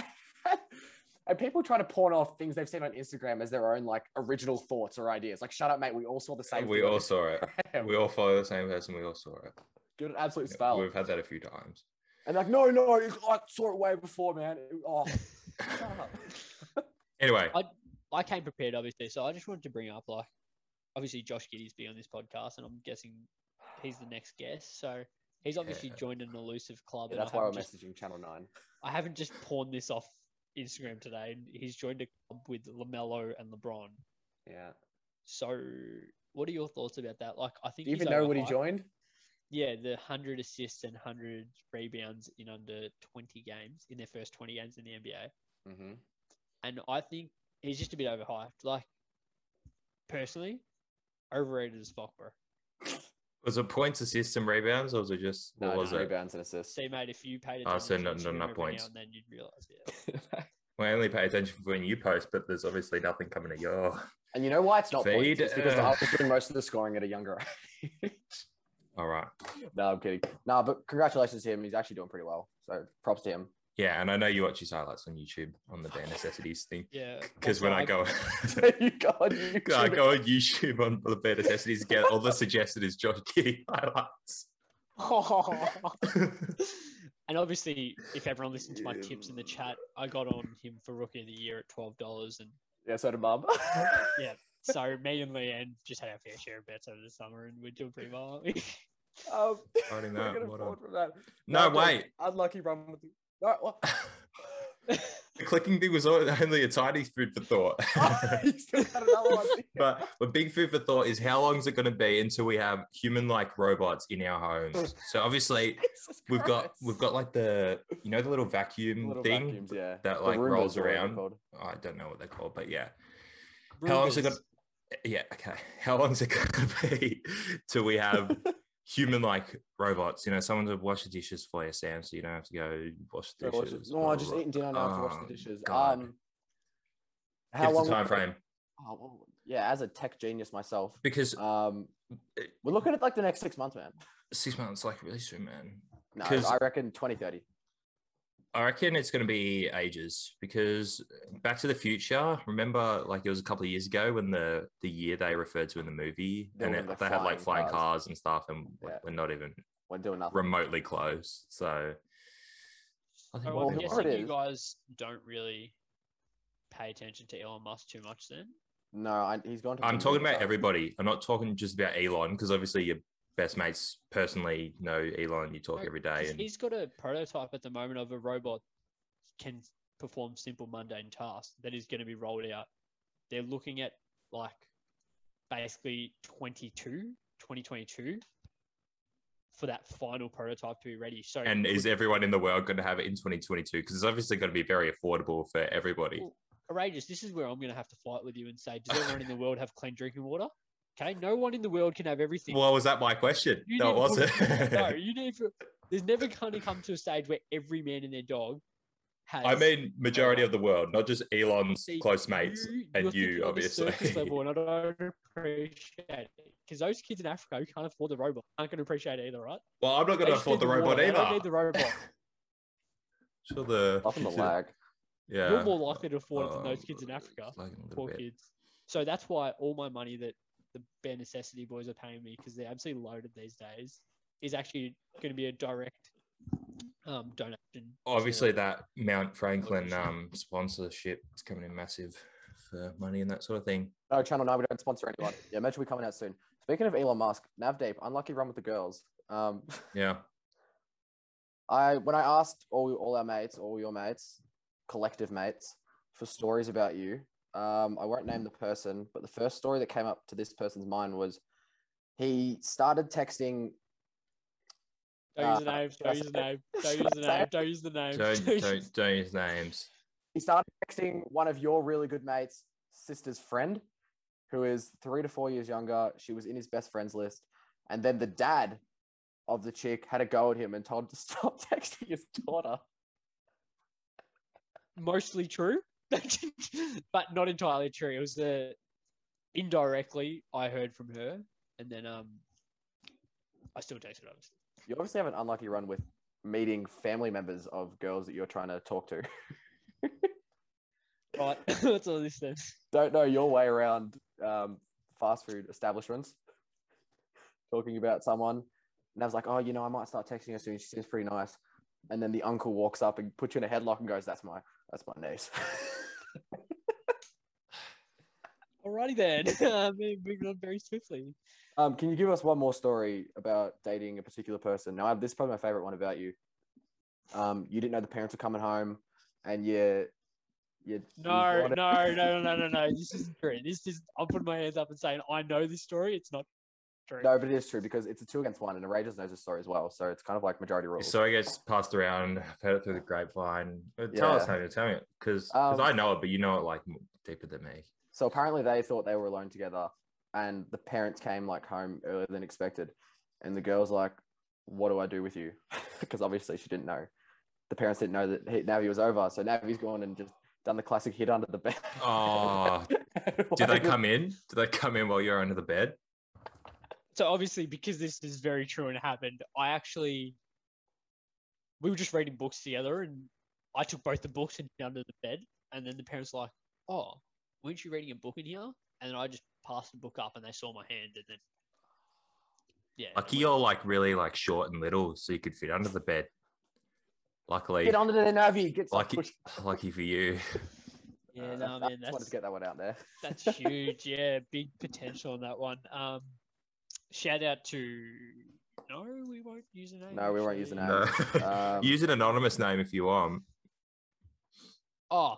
[SPEAKER 2] And people try to pawn off things they've seen on Instagram as their own like original thoughts or ideas. Like, shut up, mate. We all saw the same.
[SPEAKER 1] we
[SPEAKER 2] thing on
[SPEAKER 1] all saw it.
[SPEAKER 2] Instagram."
[SPEAKER 1] We all follow the same person. We all saw it.
[SPEAKER 2] Give it an absolute
[SPEAKER 1] Yeah,
[SPEAKER 2] spell.
[SPEAKER 1] We've had that a few times.
[SPEAKER 2] And like, no, no, it- I saw it way before, man. It- oh, shut up.
[SPEAKER 1] Anyway,
[SPEAKER 3] I- I came prepared, obviously, so I just wanted to bring up like, obviously, Josh Giddy's been on this podcast, and I'm guessing he's the next guest. So he's obviously
[SPEAKER 1] Yeah.
[SPEAKER 3] joined an elusive club,
[SPEAKER 2] Yeah,
[SPEAKER 3] and
[SPEAKER 2] that's
[SPEAKER 3] I
[SPEAKER 2] why we're
[SPEAKER 3] haven't, just,
[SPEAKER 2] messaging Channel Nine.
[SPEAKER 3] I haven't just pawned this off Instagram today. And he's joined a club with Lamelo and LeBron.
[SPEAKER 2] Yeah.
[SPEAKER 3] So, what are your thoughts about that? Like, I think
[SPEAKER 2] Do you
[SPEAKER 3] he's
[SPEAKER 2] even know what he
[SPEAKER 3] overhyped.
[SPEAKER 2] joined?
[SPEAKER 3] Yeah, the 100 assists and 100 rebounds in under 20 games in their first 20 games in the NBA.
[SPEAKER 2] Mm-hmm.
[SPEAKER 3] And I think he's just a bit overhyped. Like, personally, overrated as fuck, bro.
[SPEAKER 1] was it points, assists, and rebounds, or was it just what
[SPEAKER 2] No,
[SPEAKER 1] was
[SPEAKER 2] just
[SPEAKER 1] it?
[SPEAKER 2] rebounds and assists.
[SPEAKER 3] See, mate, if you paid
[SPEAKER 1] Ah,
[SPEAKER 3] attention
[SPEAKER 1] so
[SPEAKER 3] to
[SPEAKER 1] not- not
[SPEAKER 3] Instagram
[SPEAKER 1] enough
[SPEAKER 3] every
[SPEAKER 1] points.
[SPEAKER 3] Now and then you'd realize, yeah.
[SPEAKER 1] We only pay attention when you post, but there's obviously nothing coming Oh, to your.
[SPEAKER 2] and you know why it's not
[SPEAKER 1] Fade,
[SPEAKER 2] points? It's because
[SPEAKER 1] uh,
[SPEAKER 2] I was doing most of the scoring at a younger age.
[SPEAKER 1] All right.
[SPEAKER 2] no, I'm kidding. No, but congratulations to him. He's actually doing pretty well. So props to him.
[SPEAKER 1] Yeah, and I know you watch his highlights on YouTube on the bare necessities thing.
[SPEAKER 3] Yeah.
[SPEAKER 1] Because when I
[SPEAKER 3] also,
[SPEAKER 1] go,
[SPEAKER 2] you got you
[SPEAKER 1] I go on YouTube on the bare necessities, get all the suggested is Josh Giddy highlights.
[SPEAKER 3] and obviously, if everyone listened to my tips in the chat, I got on him for Rookie of the Year at $12 and
[SPEAKER 2] Yeah, so did mum.
[SPEAKER 3] So me and Leanne just had our fair share of bets over the summer, and we're doing pretty well.
[SPEAKER 2] um,
[SPEAKER 1] Already
[SPEAKER 2] we're
[SPEAKER 1] know,
[SPEAKER 2] gonna
[SPEAKER 1] what
[SPEAKER 2] forward
[SPEAKER 1] on.
[SPEAKER 2] from that.
[SPEAKER 1] No,
[SPEAKER 2] okay,
[SPEAKER 1] wait.
[SPEAKER 2] Unlucky run with Oh, you. No, what?
[SPEAKER 1] The clicking thing was al- only a tiny food for thought.
[SPEAKER 2] you still got another one.
[SPEAKER 1] but a big food for thought is how long is it going to be until we have human-like robots in our homes? So obviously
[SPEAKER 2] Jesus
[SPEAKER 1] we've got
[SPEAKER 2] Christ.
[SPEAKER 1] we've got like the you know the little vacuum
[SPEAKER 2] Little
[SPEAKER 1] thing.
[SPEAKER 2] vacuums, yeah.
[SPEAKER 1] that,
[SPEAKER 2] The
[SPEAKER 1] like,
[SPEAKER 2] Roombas
[SPEAKER 1] rolls
[SPEAKER 2] or whatever
[SPEAKER 1] around.
[SPEAKER 2] they're called.
[SPEAKER 1] I don't know what they're called, but yeah. How long's it gonna- Yeah, okay. How long is it going to be till we have human-like robots? You know, someone to wash the dishes for you, Sam, so you don't have to go wash the
[SPEAKER 2] Yeah, wash it.
[SPEAKER 1] dishes.
[SPEAKER 2] No,
[SPEAKER 1] blah,
[SPEAKER 2] I
[SPEAKER 1] blah,
[SPEAKER 2] just
[SPEAKER 1] blah.
[SPEAKER 2] eating dinner now to wash
[SPEAKER 1] Um,
[SPEAKER 2] the dishes.
[SPEAKER 1] God.
[SPEAKER 2] Um,
[SPEAKER 1] Give
[SPEAKER 2] how
[SPEAKER 1] us
[SPEAKER 2] long?
[SPEAKER 1] the time frame
[SPEAKER 2] Oh, well, yeah, as a tech genius myself,
[SPEAKER 1] because
[SPEAKER 2] um,
[SPEAKER 1] it-
[SPEAKER 2] we're looking at like the next six months, man.
[SPEAKER 1] six months like really soon, man.
[SPEAKER 2] No,
[SPEAKER 1] 'Cause-
[SPEAKER 2] I reckon twenty thirty.
[SPEAKER 1] I reckon it's going to be ages because Back to the Future. Remember, like it was a couple of years ago when the the year they referred to in the movie,
[SPEAKER 2] They
[SPEAKER 1] and
[SPEAKER 2] were
[SPEAKER 1] it,
[SPEAKER 2] like
[SPEAKER 1] they had like
[SPEAKER 2] flying
[SPEAKER 1] flying
[SPEAKER 2] cars.
[SPEAKER 1] cars. and stuff, and like,
[SPEAKER 2] Yeah.
[SPEAKER 1] we're not even
[SPEAKER 2] We're doing nothing.
[SPEAKER 1] remotely close. So I think
[SPEAKER 3] Oh, well,
[SPEAKER 1] we'll
[SPEAKER 3] I'm
[SPEAKER 1] be
[SPEAKER 2] whoever
[SPEAKER 1] fine.
[SPEAKER 2] it
[SPEAKER 3] guessing you
[SPEAKER 2] is-
[SPEAKER 3] guys don't really pay attention to Elon Musk too much, then.
[SPEAKER 2] no, I, he's gone. To
[SPEAKER 1] I'm
[SPEAKER 2] the
[SPEAKER 1] talking
[SPEAKER 2] moon,
[SPEAKER 1] about
[SPEAKER 2] so-
[SPEAKER 1] everybody. I'm not talking just about Elon because obviously your best mates personally know Elon. You talk
[SPEAKER 3] No,
[SPEAKER 1] every day,
[SPEAKER 3] 'Cause
[SPEAKER 1] and
[SPEAKER 3] He's got a prototype at the moment of a robot can perform simple mundane tasks that is going to be rolled out. They're looking at like basically 22, 2022 for that final prototype to be ready. So
[SPEAKER 1] and is everyone in the world going to have it in 2022? Because it's obviously going to be very affordable for everybody.
[SPEAKER 3] Well, outrageous. This is where I'm going to have to fight with you and say, does everyone in the world have clean drinking water? Okay, no one in the world can have everything.
[SPEAKER 1] Well, was that my question?
[SPEAKER 3] You
[SPEAKER 1] no, it
[SPEAKER 3] need to
[SPEAKER 1] wasn't.
[SPEAKER 3] put- no, you need to. There's never going to come to a stage where every man and their dog has.
[SPEAKER 1] I mean, majority of the world, not just Elon's
[SPEAKER 3] See,
[SPEAKER 1] close mates and you,
[SPEAKER 3] you're thinking on the
[SPEAKER 1] obviously.
[SPEAKER 3] surface level, and I don't appreciate it because those kids in Africa who can't afford the robot aren't going to appreciate it either, right?
[SPEAKER 1] Well, I'm not going
[SPEAKER 3] They
[SPEAKER 1] to
[SPEAKER 3] just
[SPEAKER 1] afford
[SPEAKER 3] need
[SPEAKER 1] the robot
[SPEAKER 3] water, they don't need
[SPEAKER 1] either.
[SPEAKER 3] the robot.
[SPEAKER 1] Sure, the
[SPEAKER 2] Nothing but lag.
[SPEAKER 1] Yeah,
[SPEAKER 3] You're more likely to afford it than
[SPEAKER 1] Um,
[SPEAKER 3] those kids in Africa.
[SPEAKER 1] it's lagging a little
[SPEAKER 3] Poor
[SPEAKER 1] bit.
[SPEAKER 3] kids. So that's why all my money that the bare necessity boys are paying me because they're absolutely loaded these days is actually going to be a direct um, donation. to-
[SPEAKER 1] Obviously, that Mount Franklin
[SPEAKER 3] Location.
[SPEAKER 1] um, sponsorship is coming in massive for money and that sort of thing.
[SPEAKER 2] No, Channel 9, we don't sponsor anyone. Yeah, Metro will be coming out soon. Speaking of Elon Musk, Navdeep, unlucky run with the girls. Um,
[SPEAKER 1] Yeah.
[SPEAKER 2] I when I asked all all our mates, all your mates, collective mates, for stories about you, um, I won't name the person, but the first story that came up to this person's mind was he started texting.
[SPEAKER 3] Don't use the
[SPEAKER 2] Uh,
[SPEAKER 3] name.
[SPEAKER 2] should I
[SPEAKER 3] Don't use the
[SPEAKER 2] say-
[SPEAKER 3] name. Don't
[SPEAKER 2] should
[SPEAKER 3] use
[SPEAKER 2] I
[SPEAKER 3] the
[SPEAKER 2] say
[SPEAKER 3] name.
[SPEAKER 2] it?
[SPEAKER 3] Don't use the name.
[SPEAKER 1] Don't
[SPEAKER 3] Don't use-
[SPEAKER 1] don't don't use names.
[SPEAKER 2] He started texting one of your really good mates' sister's friend, who is three to four years younger. She was in his best friends list, and then the dad of the chick had a go at him and told him to stop texting his daughter.
[SPEAKER 3] Mostly true, but not entirely true. It was the indirectly I heard from her, and then um, I still texted obviously.
[SPEAKER 2] You obviously have an unlucky run with meeting family members of girls that you're trying to talk to.
[SPEAKER 3] Right, that's all this then.
[SPEAKER 2] Don't know your way around um, fast food establishments. Talking about someone, and I was like, "Oh, you know, I might start texting her soon. She seems pretty nice." And then the uncle walks up and puts you in a headlock and goes, "That's my, that's my niece."
[SPEAKER 3] Alrighty then, um, moving on very swiftly.
[SPEAKER 2] um, can you give us one more story about dating a particular person? Now, I- this is probably my favorite one about you. Um, you didn't know the parents were coming home, and you, you you
[SPEAKER 3] No,
[SPEAKER 2] brought it-
[SPEAKER 3] no, no, no, no, no, no. This isn't true. This is. I'll put my hands up and saying I know this story. It's not true.
[SPEAKER 2] No, but it is true because it's a two against one, and the Rangers knows this story as well. So it's kind of like majority rules.
[SPEAKER 1] So I guess passed around. I've heard it through the grapevine. Uh, Tell us,
[SPEAKER 2] Yeah.
[SPEAKER 1] Tony. Tell me, because
[SPEAKER 2] Um,
[SPEAKER 1] I know it, but you know it like m- deeper than me.
[SPEAKER 2] so apparently they thought they were alone together, and the parents came like home earlier than expected, and the girl's like, "What do I do with you?" Because obviously she didn't know. The parents didn't know that he, Navi was over, so Navi's gone and just done the classic hit under the bed.
[SPEAKER 1] Oh, did they come in? Did they come in while you're under the bed?
[SPEAKER 3] so obviously because this is very true and happened i actually we were just reading books together and i took both the books and down to the bed and then the parents were like oh weren't you reading a book in here and then i just passed the book up and they saw my hand and then yeah
[SPEAKER 1] Like you're like really like short and little, so you could fit under the bed. Luckily,
[SPEAKER 2] Get under the Navi. Gets like
[SPEAKER 1] lucky, lucky for you.
[SPEAKER 3] yeah
[SPEAKER 2] Uh,
[SPEAKER 3] no,
[SPEAKER 2] I
[SPEAKER 3] man,
[SPEAKER 2] just wanted
[SPEAKER 3] that's,
[SPEAKER 2] to get that one out there.
[SPEAKER 3] that's huge yeah big potential on that one um shout out to no we won't use a name
[SPEAKER 2] No, we won't use a
[SPEAKER 3] actually.
[SPEAKER 2] name.
[SPEAKER 1] No.
[SPEAKER 2] Um,
[SPEAKER 1] Use an anonymous name if you want,
[SPEAKER 3] oh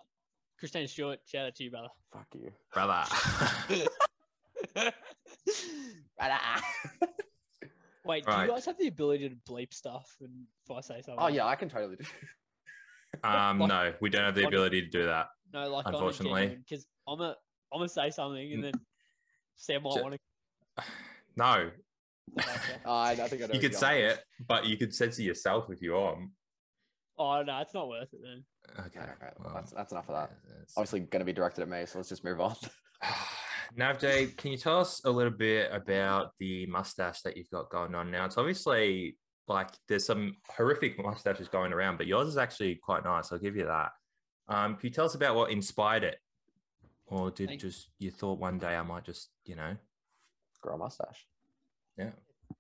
[SPEAKER 3] christine stewart shout out to you brother
[SPEAKER 2] Fuck you.
[SPEAKER 1] brother.
[SPEAKER 3] Wait, do
[SPEAKER 1] Right.
[SPEAKER 3] you guys have the ability to bleep stuff and if I say something?
[SPEAKER 2] Oh yeah, I can totally do.
[SPEAKER 1] um,
[SPEAKER 3] Like-
[SPEAKER 1] no, we don't have the
[SPEAKER 3] like-
[SPEAKER 1] ability to do that.
[SPEAKER 3] No, like
[SPEAKER 1] Unfortunately. Mm.
[SPEAKER 3] unfortunately, because I'm a I'm gonna say something and then Sam might
[SPEAKER 1] Ju-
[SPEAKER 3] want
[SPEAKER 1] No,
[SPEAKER 3] to.
[SPEAKER 2] Oh, I, I think I know
[SPEAKER 1] you could
[SPEAKER 2] exactly.
[SPEAKER 1] say it, but you could censor yourself if you want.
[SPEAKER 3] Oh no, it's not worth it then.
[SPEAKER 1] Okay,
[SPEAKER 2] All right,
[SPEAKER 1] well,
[SPEAKER 2] that's that's enough of that.
[SPEAKER 1] that's-
[SPEAKER 2] obviously going to be directed at me, so let's just move on.
[SPEAKER 1] Navdeep, can you tell us a little bit about the mustache that you've got going on now? It's obviously like there's some horrific mustaches going around, but yours is actually quite nice. I'll give you that. Um, can you tell us about what inspired it, or did
[SPEAKER 3] Thank-
[SPEAKER 1] just you thought one day I might just you know?
[SPEAKER 2] Grow a mustache.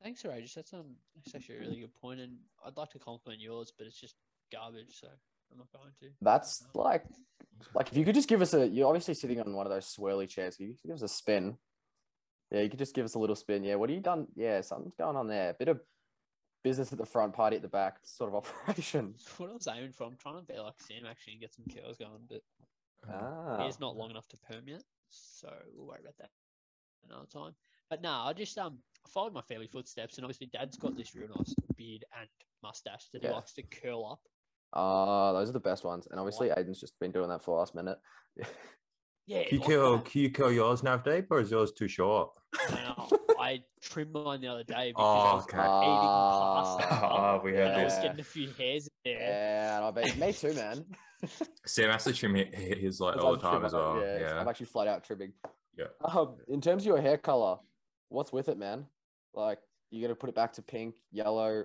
[SPEAKER 3] Thanks, Rajesh. That's um that's actually a really good point, and I'd like to compliment yours, but it's just garbage, so I'm not going to.
[SPEAKER 2] That's like, like if you could just give us a. You're obviously sitting on one of those swirly chairs. Can you give us a spin? Yeah, you could just give us a little spin. Yeah, what have you done? Yeah, something's going on there. Bit of business at the front, party at the back, sort of operation.
[SPEAKER 3] What I was aiming for, I'm trying to be like Sam actually and get some curls going, but
[SPEAKER 1] Uh-huh.
[SPEAKER 2] Ah,
[SPEAKER 1] Oh.
[SPEAKER 3] hair's not long enough to perm yet, so we'll worry about that another time. But no, I just um followed my family footsteps, and obviously Dad's got this real nice beard and mustache that
[SPEAKER 2] Yeah.
[SPEAKER 3] he likes to curl up.
[SPEAKER 2] Ah, those are the best ones. And obviously, Aiden's just been doing that for the last minute.
[SPEAKER 3] Yeah,
[SPEAKER 1] Can you
[SPEAKER 3] like
[SPEAKER 1] curl,
[SPEAKER 3] that.
[SPEAKER 1] can you curl yours, Navdeep, or is yours too short?
[SPEAKER 3] And I- I trimmed mine the other day
[SPEAKER 1] Oh,
[SPEAKER 3] because
[SPEAKER 1] okay.
[SPEAKER 3] I was eating pasta.
[SPEAKER 1] Ah, we heard
[SPEAKER 3] and I was
[SPEAKER 1] this.
[SPEAKER 3] getting a few hairs in there.
[SPEAKER 2] Yeah, and I bet me too, man.
[SPEAKER 1] Sam has to trim hi- hi- his like
[SPEAKER 2] Because
[SPEAKER 1] all
[SPEAKER 2] I'm
[SPEAKER 1] the time
[SPEAKER 2] trim-
[SPEAKER 1] as well.
[SPEAKER 2] it's-
[SPEAKER 1] Yeah,
[SPEAKER 2] I'm actually flat out trimming.
[SPEAKER 1] Yeah.
[SPEAKER 2] Um, in terms of your hair color, what's with it, man? Like, you got to put it back to pink, yellow,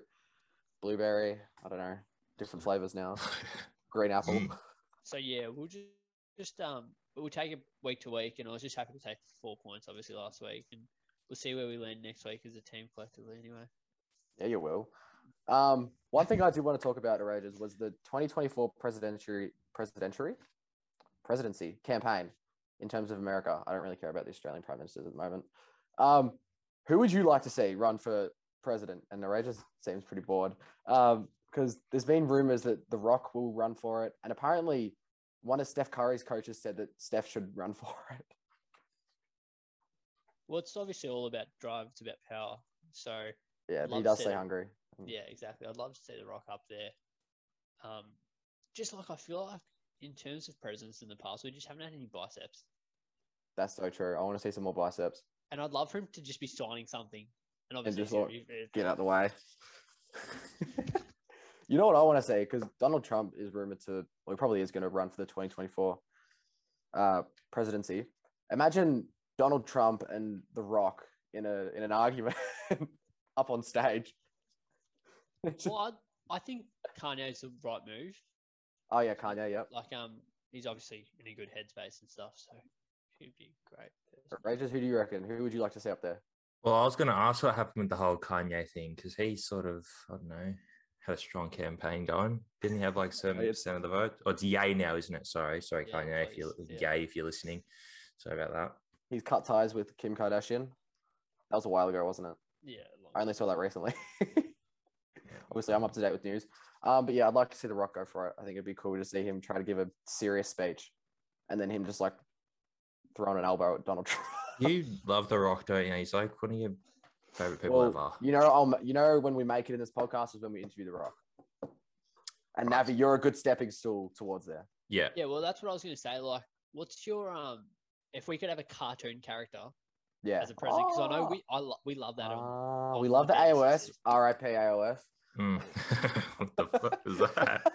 [SPEAKER 2] blueberry. I don't know, different flavors now. Green apple.
[SPEAKER 1] Mm.
[SPEAKER 3] So yeah, we'll just just um we'll take it week to week, and I was just happy to take four points obviously last week, and we'll see where we land next week as a team collectively anyway.
[SPEAKER 2] Yeah, you will. Um, one thing I do want to talk about, Erasers, was the 2024 presidential presidential presidency campaign in terms of America. I don't really care about the Australian prime ministers at the moment. Um, who would you like to see run for president? And Narendra seems pretty bored because there's been rumors that The Rock will run for it, and apparently one of Steph Curry's coaches said that Steph should run for it.
[SPEAKER 3] Well, it's obviously all about drive. It's about power. So
[SPEAKER 2] Yeah, but he
[SPEAKER 3] Love
[SPEAKER 2] does
[SPEAKER 3] said
[SPEAKER 2] stay
[SPEAKER 3] it.
[SPEAKER 2] hungry.
[SPEAKER 3] yeah, exactly. I'd love to see The Rock up there. Um, just like I feel like in terms of presidents in the past, we just haven't had any biceps.
[SPEAKER 2] That's so true. I want to see some more biceps.
[SPEAKER 3] And I'd love for him to just be signing something. And obviously,
[SPEAKER 2] just like,
[SPEAKER 3] if- if-
[SPEAKER 2] Get out the way. you know what I want to say? Because Donald Trump is rumored to, well, he probably is going to run for the 2024 uh, presidency. Imagine Donald Trump and The Rock in a in an argument up on stage.
[SPEAKER 3] well, I, I think Kanye's the right move.
[SPEAKER 2] oh yeah, Kanye. Yep.
[SPEAKER 3] Like, um, he's obviously in a good headspace and stuff, so he'd be great.
[SPEAKER 2] Rangers, who do you reckon? Who would you like to see up there?
[SPEAKER 1] Well, I was going to ask what happened with the whole Kanye thing because he sort of, I don't know, had a strong campaign going. Didn't he have like seventy percent of the vote? Oh, it's yay now, isn't it? Sorry, sorry,
[SPEAKER 3] Yeah,
[SPEAKER 1] Kanye, if you're
[SPEAKER 3] please, yeah.
[SPEAKER 1] yay, if you're listening, sorry about that.
[SPEAKER 2] He's cut ties with Kim Kardashian. That was a while ago, wasn't it?
[SPEAKER 3] Yeah, long-
[SPEAKER 2] I only saw that recently. Obviously, I'm up to date with news. Um, but yeah, I'd like to see The Rock go for it. I think it'd be cool to see him try to give a serious speech and then him just like throwing an elbow at Donald Trump.
[SPEAKER 1] You love The Rock, don't you? He's like one of your favorite people
[SPEAKER 2] well,
[SPEAKER 1] ever.
[SPEAKER 2] you know, I'll, you know, when we make it in this podcast is when we interview The Rock. And Navi, you're a good stepping stool towards there.
[SPEAKER 1] Yeah,
[SPEAKER 3] yeah. Well, that's what I was going to say. Like, what's your um? If we could have a cartoon character
[SPEAKER 2] Yeah.
[SPEAKER 3] as a president, because I know
[SPEAKER 2] Ah.
[SPEAKER 3] we I lo- we love that. um, on-
[SPEAKER 2] Ah,
[SPEAKER 3] on
[SPEAKER 2] we love the
[SPEAKER 3] Mondays.
[SPEAKER 2] AOS. RIP AOS.
[SPEAKER 1] Mm. what the fuck is that?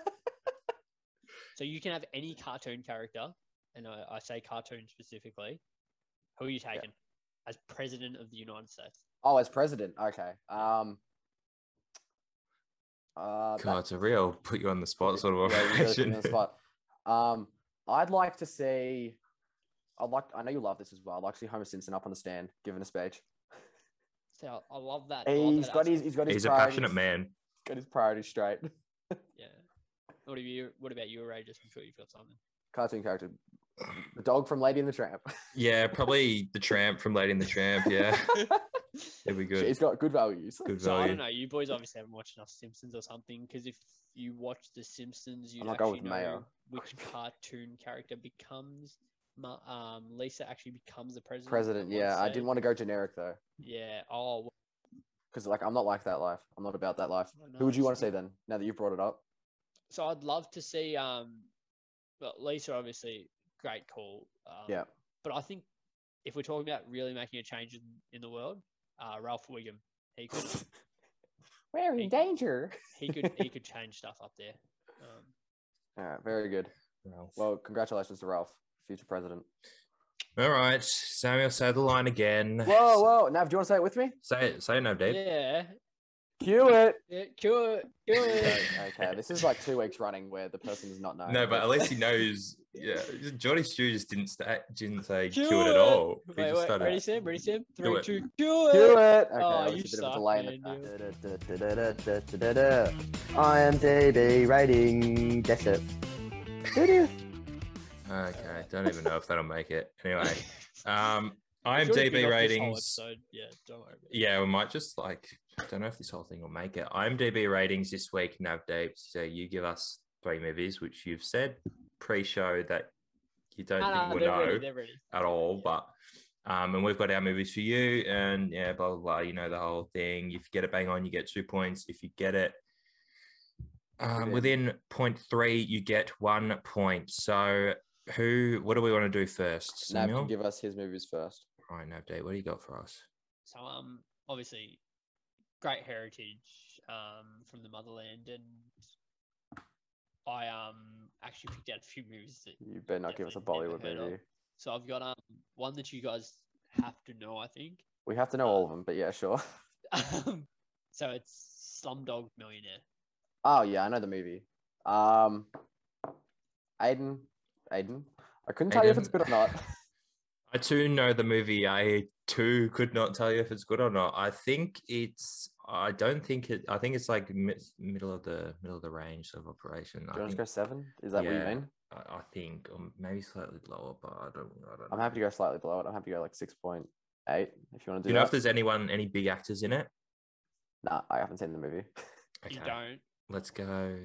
[SPEAKER 3] so you can have any cartoon character, and I, I say cartoon specifically. Who are you taking as president of the United States?
[SPEAKER 2] Oh, as president. Okay. Um. Uh,
[SPEAKER 1] God, it's a real put you on the spot sort of
[SPEAKER 2] Yeah, you really put me
[SPEAKER 1] operation.
[SPEAKER 2] on the spot. Um, I'd like to see. I like. I know you love this as well. I'd like to see Homer Simpson up on the stand giving a speech.
[SPEAKER 3] So I, I love that. I love
[SPEAKER 2] He's
[SPEAKER 3] that
[SPEAKER 2] got his.
[SPEAKER 3] aspect.
[SPEAKER 2] He's got his.
[SPEAKER 1] He's a
[SPEAKER 2] priorities-
[SPEAKER 1] passionate man.
[SPEAKER 2] Got his priorities straight.
[SPEAKER 3] Yeah. What about you? What about you, Ray? Just I'm sure you've got something.
[SPEAKER 2] Cartoon character. The dog from Lady and the Tramp.
[SPEAKER 1] Yeah, probably the tramp from Lady and the Tramp. Yeah, it'd be good.
[SPEAKER 2] He's got good values.
[SPEAKER 1] Good
[SPEAKER 3] So I
[SPEAKER 1] value.
[SPEAKER 3] don't know. You boys obviously haven't watched enough Simpsons or something, because if you watch The Simpsons, you
[SPEAKER 2] I'll go
[SPEAKER 3] actually
[SPEAKER 2] with
[SPEAKER 3] know
[SPEAKER 2] Mayo.
[SPEAKER 3] which cartoon character becomes. Ma- Um, Lisa actually becomes the president.
[SPEAKER 2] President. Yeah, I didn't want to go generic though,
[SPEAKER 3] Yeah. Oh.
[SPEAKER 2] because like I'm not like that life. I'm not about that life.
[SPEAKER 3] well,
[SPEAKER 2] Who would you
[SPEAKER 3] nice.
[SPEAKER 2] want to see then? Now that you've brought it up.
[SPEAKER 3] So I'd love to see. Um, well, Lisa obviously great call. Um,
[SPEAKER 2] Yeah.
[SPEAKER 3] But I think if we're talking about really making a change in, in the world, uh, Ralph Wiggum, he could
[SPEAKER 2] We're
[SPEAKER 3] in
[SPEAKER 2] danger.
[SPEAKER 3] he could he could change stuff up there. Um,
[SPEAKER 2] All right, very good.
[SPEAKER 1] Ralph.
[SPEAKER 2] Well, congratulations to Ralph, future president.
[SPEAKER 1] All right, Samuel, say the line again.
[SPEAKER 2] Whoa, whoa, Nav, do you want to say it with me?
[SPEAKER 1] Say it. Say it, no, Dave.
[SPEAKER 3] yeah.
[SPEAKER 2] Cue it.
[SPEAKER 3] Yeah. Cure. Cure.
[SPEAKER 2] Okay, okay, this is like two weeks running where the person does not know.
[SPEAKER 1] No, but at least he knows. Yeah, Johnny Stew just didn't sta didn't say
[SPEAKER 3] Do
[SPEAKER 1] cue it at all. He
[SPEAKER 3] Wait,
[SPEAKER 1] just
[SPEAKER 3] wait,
[SPEAKER 1] started-
[SPEAKER 3] ready, Sam? Ready, Sam? Three,
[SPEAKER 1] it.
[SPEAKER 3] two, do it.
[SPEAKER 2] Do it. Okay,
[SPEAKER 3] Oh,
[SPEAKER 2] oh,
[SPEAKER 3] you
[SPEAKER 2] a bit of
[SPEAKER 3] suck,
[SPEAKER 2] a delay in the
[SPEAKER 3] man,
[SPEAKER 2] back. I am DD rating. That's it. Doo-doo.
[SPEAKER 1] Okay, don't even know if that'll make it. Anyway, um,
[SPEAKER 3] I'm sure if you
[SPEAKER 1] IMDb
[SPEAKER 3] got this whole
[SPEAKER 1] ratings.
[SPEAKER 3] episode, Yeah, don't worry. About it.
[SPEAKER 1] Yeah, we might just like I don't know if this whole thing will make it. IMDb ratings this week, Nav Dave. So you give us three movies, which you've said pre-show that you don't
[SPEAKER 3] Nah,
[SPEAKER 2] Ah,
[SPEAKER 1] think
[SPEAKER 3] nah,
[SPEAKER 1] we'll
[SPEAKER 3] they're
[SPEAKER 1] know
[SPEAKER 3] ready. They're ready.
[SPEAKER 1] at all.
[SPEAKER 3] Yeah.
[SPEAKER 1] But um, and we've got our movies for you, and yeah, blah blah blah. You know the whole thing. If you get it bang on, you get two points. If you get it um,
[SPEAKER 2] Brilliant.
[SPEAKER 1] within point three, you get one point. So who? What do we want to do first?
[SPEAKER 2] Nav
[SPEAKER 1] Samuel.
[SPEAKER 2] can give us his movies first.
[SPEAKER 1] All right, Nav Dave. What do you got for us?
[SPEAKER 3] So um, obviously, great heritage um from the motherland, and I um actually picked out a few movies that.
[SPEAKER 2] You better not give us a
[SPEAKER 3] Definitely never
[SPEAKER 2] Bollywood
[SPEAKER 3] heard of.
[SPEAKER 2] movie.
[SPEAKER 3] So I've got um one that you guys have to know, I think.
[SPEAKER 2] We have to know all of them, but yeah, sure.
[SPEAKER 3] Um, so it's Slumdog Millionaire.
[SPEAKER 2] Oh yeah, I know the movie. Um, Aiden, Aiden. I couldn't tell you if it's
[SPEAKER 1] Aiden.
[SPEAKER 2] good or not.
[SPEAKER 1] I too know the movie. I too could not tell you if it's good or not. I think it's. I don't think it. I think it's like mi- middle of the middle of the range sort of operation.
[SPEAKER 2] Do you
[SPEAKER 1] I
[SPEAKER 2] want to
[SPEAKER 1] think
[SPEAKER 2] go seven? Is that what you
[SPEAKER 1] Yeah.
[SPEAKER 2] mean?
[SPEAKER 1] I I think, or maybe slightly lower, but I don't. I don't
[SPEAKER 2] I'm
[SPEAKER 1] know.
[SPEAKER 2] happy to go slightly below it. I'm happy to go like six point eight if you want to
[SPEAKER 1] Do
[SPEAKER 2] do.
[SPEAKER 1] you know if
[SPEAKER 2] that.
[SPEAKER 1] there's anyone, any big actors in it?
[SPEAKER 2] Nah, I haven't seen the movie.
[SPEAKER 3] You don't
[SPEAKER 1] Let's go.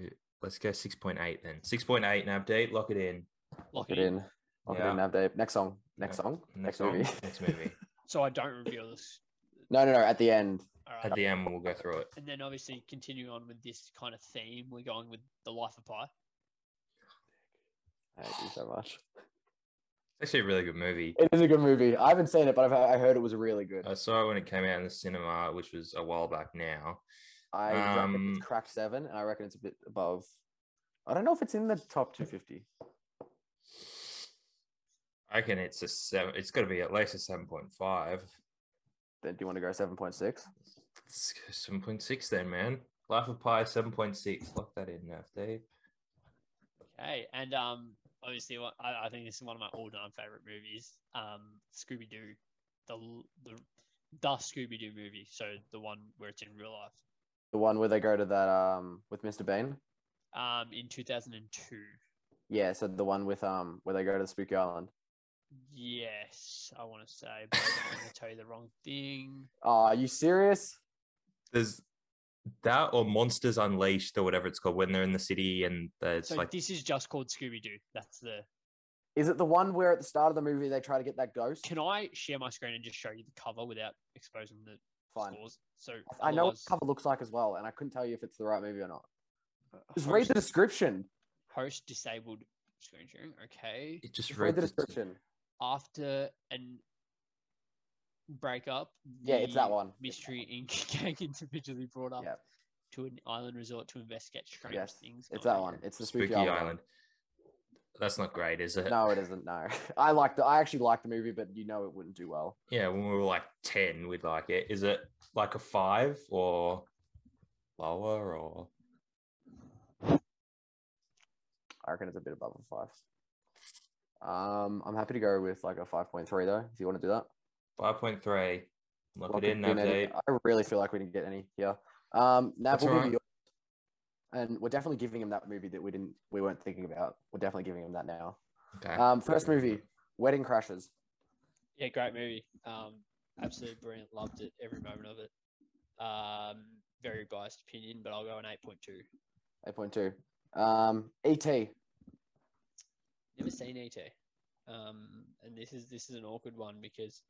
[SPEAKER 1] Let's go six point eight then. Six point eight and update. Lock it in.
[SPEAKER 3] lock
[SPEAKER 2] Lock it in. Lock it in.
[SPEAKER 1] Yeah.
[SPEAKER 2] Nav Dave. Next song.
[SPEAKER 1] Yeah.
[SPEAKER 2] Next song.
[SPEAKER 1] Next,
[SPEAKER 2] Next, movie.
[SPEAKER 1] song, Next movie.
[SPEAKER 3] So I don't reveal this.
[SPEAKER 2] no, no, no. At the end.
[SPEAKER 3] All right.
[SPEAKER 1] At the end, we'll go through it.
[SPEAKER 3] And then obviously continue on with this kind of theme. We're going with the life of Pi.
[SPEAKER 2] I hate you so much.
[SPEAKER 1] It's actually a really good movie.
[SPEAKER 2] It is a good movie. I haven't seen it, but I've, I heard it was really good.
[SPEAKER 1] I saw it when it came out in the cinema, which was a while back now.
[SPEAKER 2] I reckon
[SPEAKER 1] um,
[SPEAKER 2] it's cracked seven, and I reckon it's a bit above. I don't know if it's in the top 250.
[SPEAKER 1] I reckon it's a seven. It's got to be at least a seven point five.
[SPEAKER 2] Then do you want to go 7.6?
[SPEAKER 1] Seven point six, then, man. Life of Pi, seven point six. Lock that in, Nav Dave.
[SPEAKER 3] Okay. And um, obviously, what- I, I think this is one of my all-time favorite movies. Um, Scooby Doo, the l- the the Scooby Doo movie. So the one where it's in real life.
[SPEAKER 2] The one where they go to that um with Mr. Bean.
[SPEAKER 3] Um, in two thousand and two.
[SPEAKER 2] Yeah, so the one with um where they go to the Spooky Island.
[SPEAKER 3] Yes, I want to say, but I'm going to tell you the wrong thing.
[SPEAKER 2] Oh, are you serious?
[SPEAKER 1] There's that or Monsters Unleashed or whatever it's called when they're in the city and the- it's
[SPEAKER 3] so
[SPEAKER 1] like
[SPEAKER 3] this is just called Scooby Doo. That's the.
[SPEAKER 2] Is it the one where at the start of the movie they try to get that ghost?
[SPEAKER 3] Can I share my screen and just show you the cover without exposing the
[SPEAKER 2] Fine.
[SPEAKER 3] scores? So
[SPEAKER 2] I know what
[SPEAKER 3] otherwise-
[SPEAKER 2] the cover looks like as well, and I couldn't tell you if it's the right movie or not. Just
[SPEAKER 3] host-
[SPEAKER 2] read the description.
[SPEAKER 3] host disabled screen sharing. Okay.
[SPEAKER 1] it just
[SPEAKER 2] Just read the
[SPEAKER 1] this-
[SPEAKER 2] description.
[SPEAKER 3] After an breakup,
[SPEAKER 2] Yeah, it's that
[SPEAKER 3] the
[SPEAKER 2] one. It's that
[SPEAKER 3] Mystery Inc. gang individually brought up
[SPEAKER 2] Yeah,
[SPEAKER 3] to an island resort to investigate strange
[SPEAKER 2] Yes,
[SPEAKER 3] things.
[SPEAKER 2] it's
[SPEAKER 3] going
[SPEAKER 2] that
[SPEAKER 3] on.
[SPEAKER 2] one. It's the Spooky,
[SPEAKER 1] Spooky
[SPEAKER 2] Island.
[SPEAKER 1] Island. That's not great, is it?
[SPEAKER 2] No, it isn't. No, I liked. The, I actually liked the movie, but you know it wouldn't do well.
[SPEAKER 1] Yeah, when we were like ten, we'd like it. Is it like a five or lower or?
[SPEAKER 2] I reckon it's a bit above a five. Um, I'm happy to go with like a five point three though. If you want to do that,
[SPEAKER 1] Five point three. Lock
[SPEAKER 2] Welcome
[SPEAKER 1] it in,
[SPEAKER 2] to
[SPEAKER 1] Nav
[SPEAKER 2] Navy.
[SPEAKER 1] Dave.
[SPEAKER 2] I really feel like we didn't get any here. Um, Nav,
[SPEAKER 1] That's
[SPEAKER 2] we'll give
[SPEAKER 1] alright.
[SPEAKER 2] you yours. and we're definitely giving him that movie that we didn't, we weren't thinking about. We're definitely giving him that now.
[SPEAKER 1] Okay.
[SPEAKER 2] Um, first movie, Wedding Crashes.
[SPEAKER 3] Yeah, great movie. Um, absolutely brilliant. Loved it. Every moment of it. Um, very biased opinion, but I'll go an eight point two.
[SPEAKER 2] Eight point two. Um, E.T.
[SPEAKER 3] Never seen ET. Um, and this is this is an awkward one because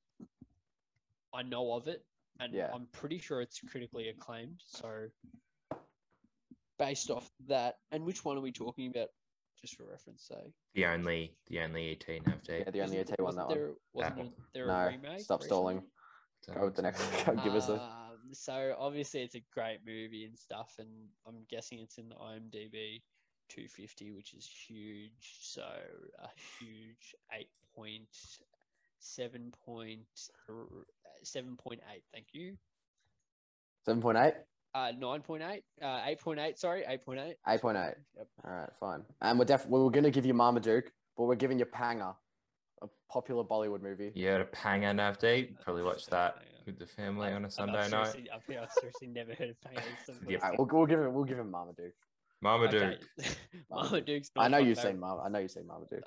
[SPEAKER 3] I know of it, and
[SPEAKER 2] Yeah.
[SPEAKER 3] I'm pretty sure it's critically acclaimed. So based off that, and which one are we talking about? Just for reference sake,
[SPEAKER 1] the only, the only ET, Nav Dave.
[SPEAKER 2] Yeah, the only
[SPEAKER 3] Wasn't-
[SPEAKER 2] E.T. one.
[SPEAKER 3] wasn't
[SPEAKER 2] That one.
[SPEAKER 3] there, Wasn't
[SPEAKER 1] That
[SPEAKER 3] there
[SPEAKER 2] No,
[SPEAKER 3] a remake?
[SPEAKER 2] stop stalling.
[SPEAKER 3] recently?
[SPEAKER 1] So
[SPEAKER 2] Go with the
[SPEAKER 1] it's-
[SPEAKER 2] next- Give us a-
[SPEAKER 3] Um, so obviously it's a great movie and stuff, and I'm guessing it's in the IMDb 250, which is huge. So a huge eight point seven point seven point eight. Thank you.
[SPEAKER 2] Seven point eight.
[SPEAKER 3] Uh, nine point eight. Uh, eight point eight. Sorry, eight point eight.
[SPEAKER 2] 8.8.
[SPEAKER 3] Yep.
[SPEAKER 2] All right, fine. And we're def- we we're going to give you Marmaduke, but we're giving you Panger, a popular Bollywood movie.
[SPEAKER 1] Yeah, the Panger, Nav Dave. Probably watch that
[SPEAKER 3] Panger.
[SPEAKER 1] with the family on a
[SPEAKER 3] I've- Uh, I've
[SPEAKER 1] Sunday night.
[SPEAKER 3] seriously- I've, I've seriously never heard of Pain.
[SPEAKER 1] Yeah.
[SPEAKER 2] All right, we'll, we'll give him we'll give him Marmaduke.
[SPEAKER 1] Marmaduke.
[SPEAKER 3] Marmaduke's
[SPEAKER 2] I
[SPEAKER 3] not
[SPEAKER 2] know
[SPEAKER 3] my
[SPEAKER 2] you've
[SPEAKER 3] favorite.
[SPEAKER 2] seen Mar- I know you've seen Marmaduke.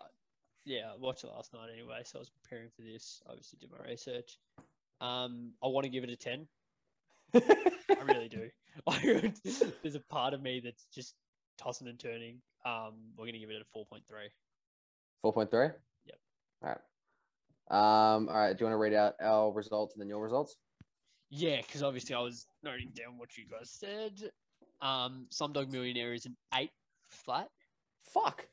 [SPEAKER 3] yeah, I watched it last night anyway, so I was preparing for this. Obviously, did my research. Um, I want to give it a ten. I really do. I would- there's a part of me that's just tossing and turning. Um, we're gonna give it a four point three.
[SPEAKER 2] 4.3.
[SPEAKER 3] Yep.
[SPEAKER 2] All right. Um. All right. Do you want to read out our results and then your results?
[SPEAKER 3] Yeah, because obviously I was noting down what you guys said. Um, Slumdog Millionaire is an eight flat.
[SPEAKER 2] Fuck.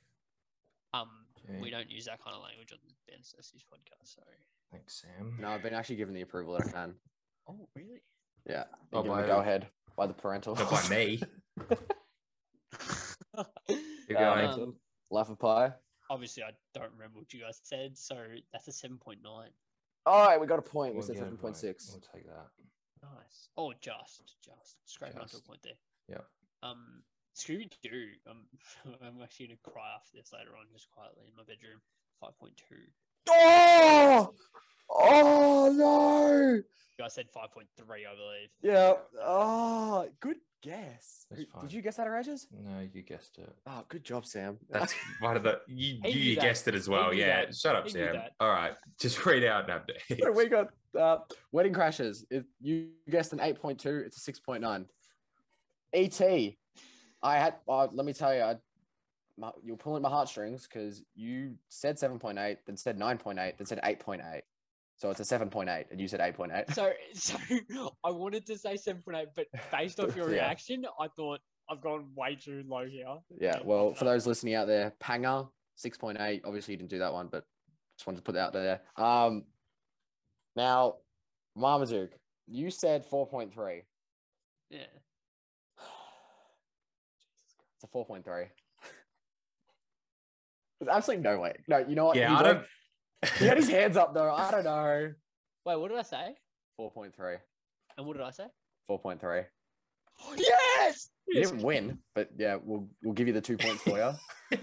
[SPEAKER 3] Um, we
[SPEAKER 1] Okay.
[SPEAKER 3] don't use that kind of language on the Ben Sessions podcast. Sorry.
[SPEAKER 1] Thanks, Sam.
[SPEAKER 2] No, I've been actually given the approval that I can.
[SPEAKER 3] Oh, really?
[SPEAKER 2] Yeah.
[SPEAKER 1] Oh,
[SPEAKER 2] Oh,
[SPEAKER 1] by
[SPEAKER 2] the
[SPEAKER 1] who?
[SPEAKER 2] go ahead by the parental.
[SPEAKER 1] Not by me. Keep
[SPEAKER 2] Uh,
[SPEAKER 1] going.
[SPEAKER 3] Um,
[SPEAKER 2] Life of Pi.
[SPEAKER 3] obviously I don't remember what you guys said, so that's a seven point nine.
[SPEAKER 2] All right, we got a point. We
[SPEAKER 1] We'll
[SPEAKER 2] said
[SPEAKER 1] get a
[SPEAKER 2] seven
[SPEAKER 1] point.
[SPEAKER 2] point six.
[SPEAKER 1] We'll take that.
[SPEAKER 3] Nice. Oh, just, just scraping onto a
[SPEAKER 1] Just.
[SPEAKER 3] point there.
[SPEAKER 1] Yep.
[SPEAKER 3] Um, Scooby Doo. Um, I'm actually gonna cry after this later on, just quietly in my bedroom. Five point two.
[SPEAKER 2] Oh, oh no.
[SPEAKER 3] You guys said 5.3, I believe.
[SPEAKER 2] Yeah. Oh, good guess.
[SPEAKER 1] That's
[SPEAKER 2] Who-
[SPEAKER 1] fine.
[SPEAKER 2] Did you guess that, Erasures?
[SPEAKER 1] No, you guessed it.
[SPEAKER 2] Oh, good job, Sam.
[SPEAKER 1] That's one of the you,
[SPEAKER 3] He
[SPEAKER 1] you,
[SPEAKER 3] knew that.
[SPEAKER 1] guessed it as well.
[SPEAKER 3] knew
[SPEAKER 1] Yeah.
[SPEAKER 3] that.
[SPEAKER 1] Shut up,
[SPEAKER 3] He knew
[SPEAKER 1] Sam.
[SPEAKER 3] that.
[SPEAKER 1] All right, just read out an
[SPEAKER 2] So
[SPEAKER 1] update.
[SPEAKER 2] we got uh, Wedding Crashes. If you guessed an 8.2, it's a 6.9. ET. E I had, uh, let me tell you, I, my, you're pulling my heartstrings because you said 7.8, then said 9.8, then said 8.8. So it's a 7.8, and you said 8.8.
[SPEAKER 3] So, so I wanted to say 7.8, but based off your
[SPEAKER 2] Yeah.
[SPEAKER 3] reaction, I thought I've gone way too low here.
[SPEAKER 2] Yeah. Well, for those listening out there, Panga, 6.8. Obviously, you didn't do that one, but just wanted to put that out there. Um, now, Marmaduke, you said 4.3.
[SPEAKER 3] Yeah.
[SPEAKER 2] It's a four point three. There's absolutely no way. No, you know what?
[SPEAKER 1] yeah,
[SPEAKER 2] he
[SPEAKER 1] I
[SPEAKER 2] went-
[SPEAKER 1] don't.
[SPEAKER 2] He had his hands up though. I don't know.
[SPEAKER 3] Wait, what did I say?
[SPEAKER 2] Four point three.
[SPEAKER 3] And what did I say?
[SPEAKER 2] Four point three.
[SPEAKER 3] Yes!
[SPEAKER 2] You didn't win, but yeah, we'll we'll give you the two points for you.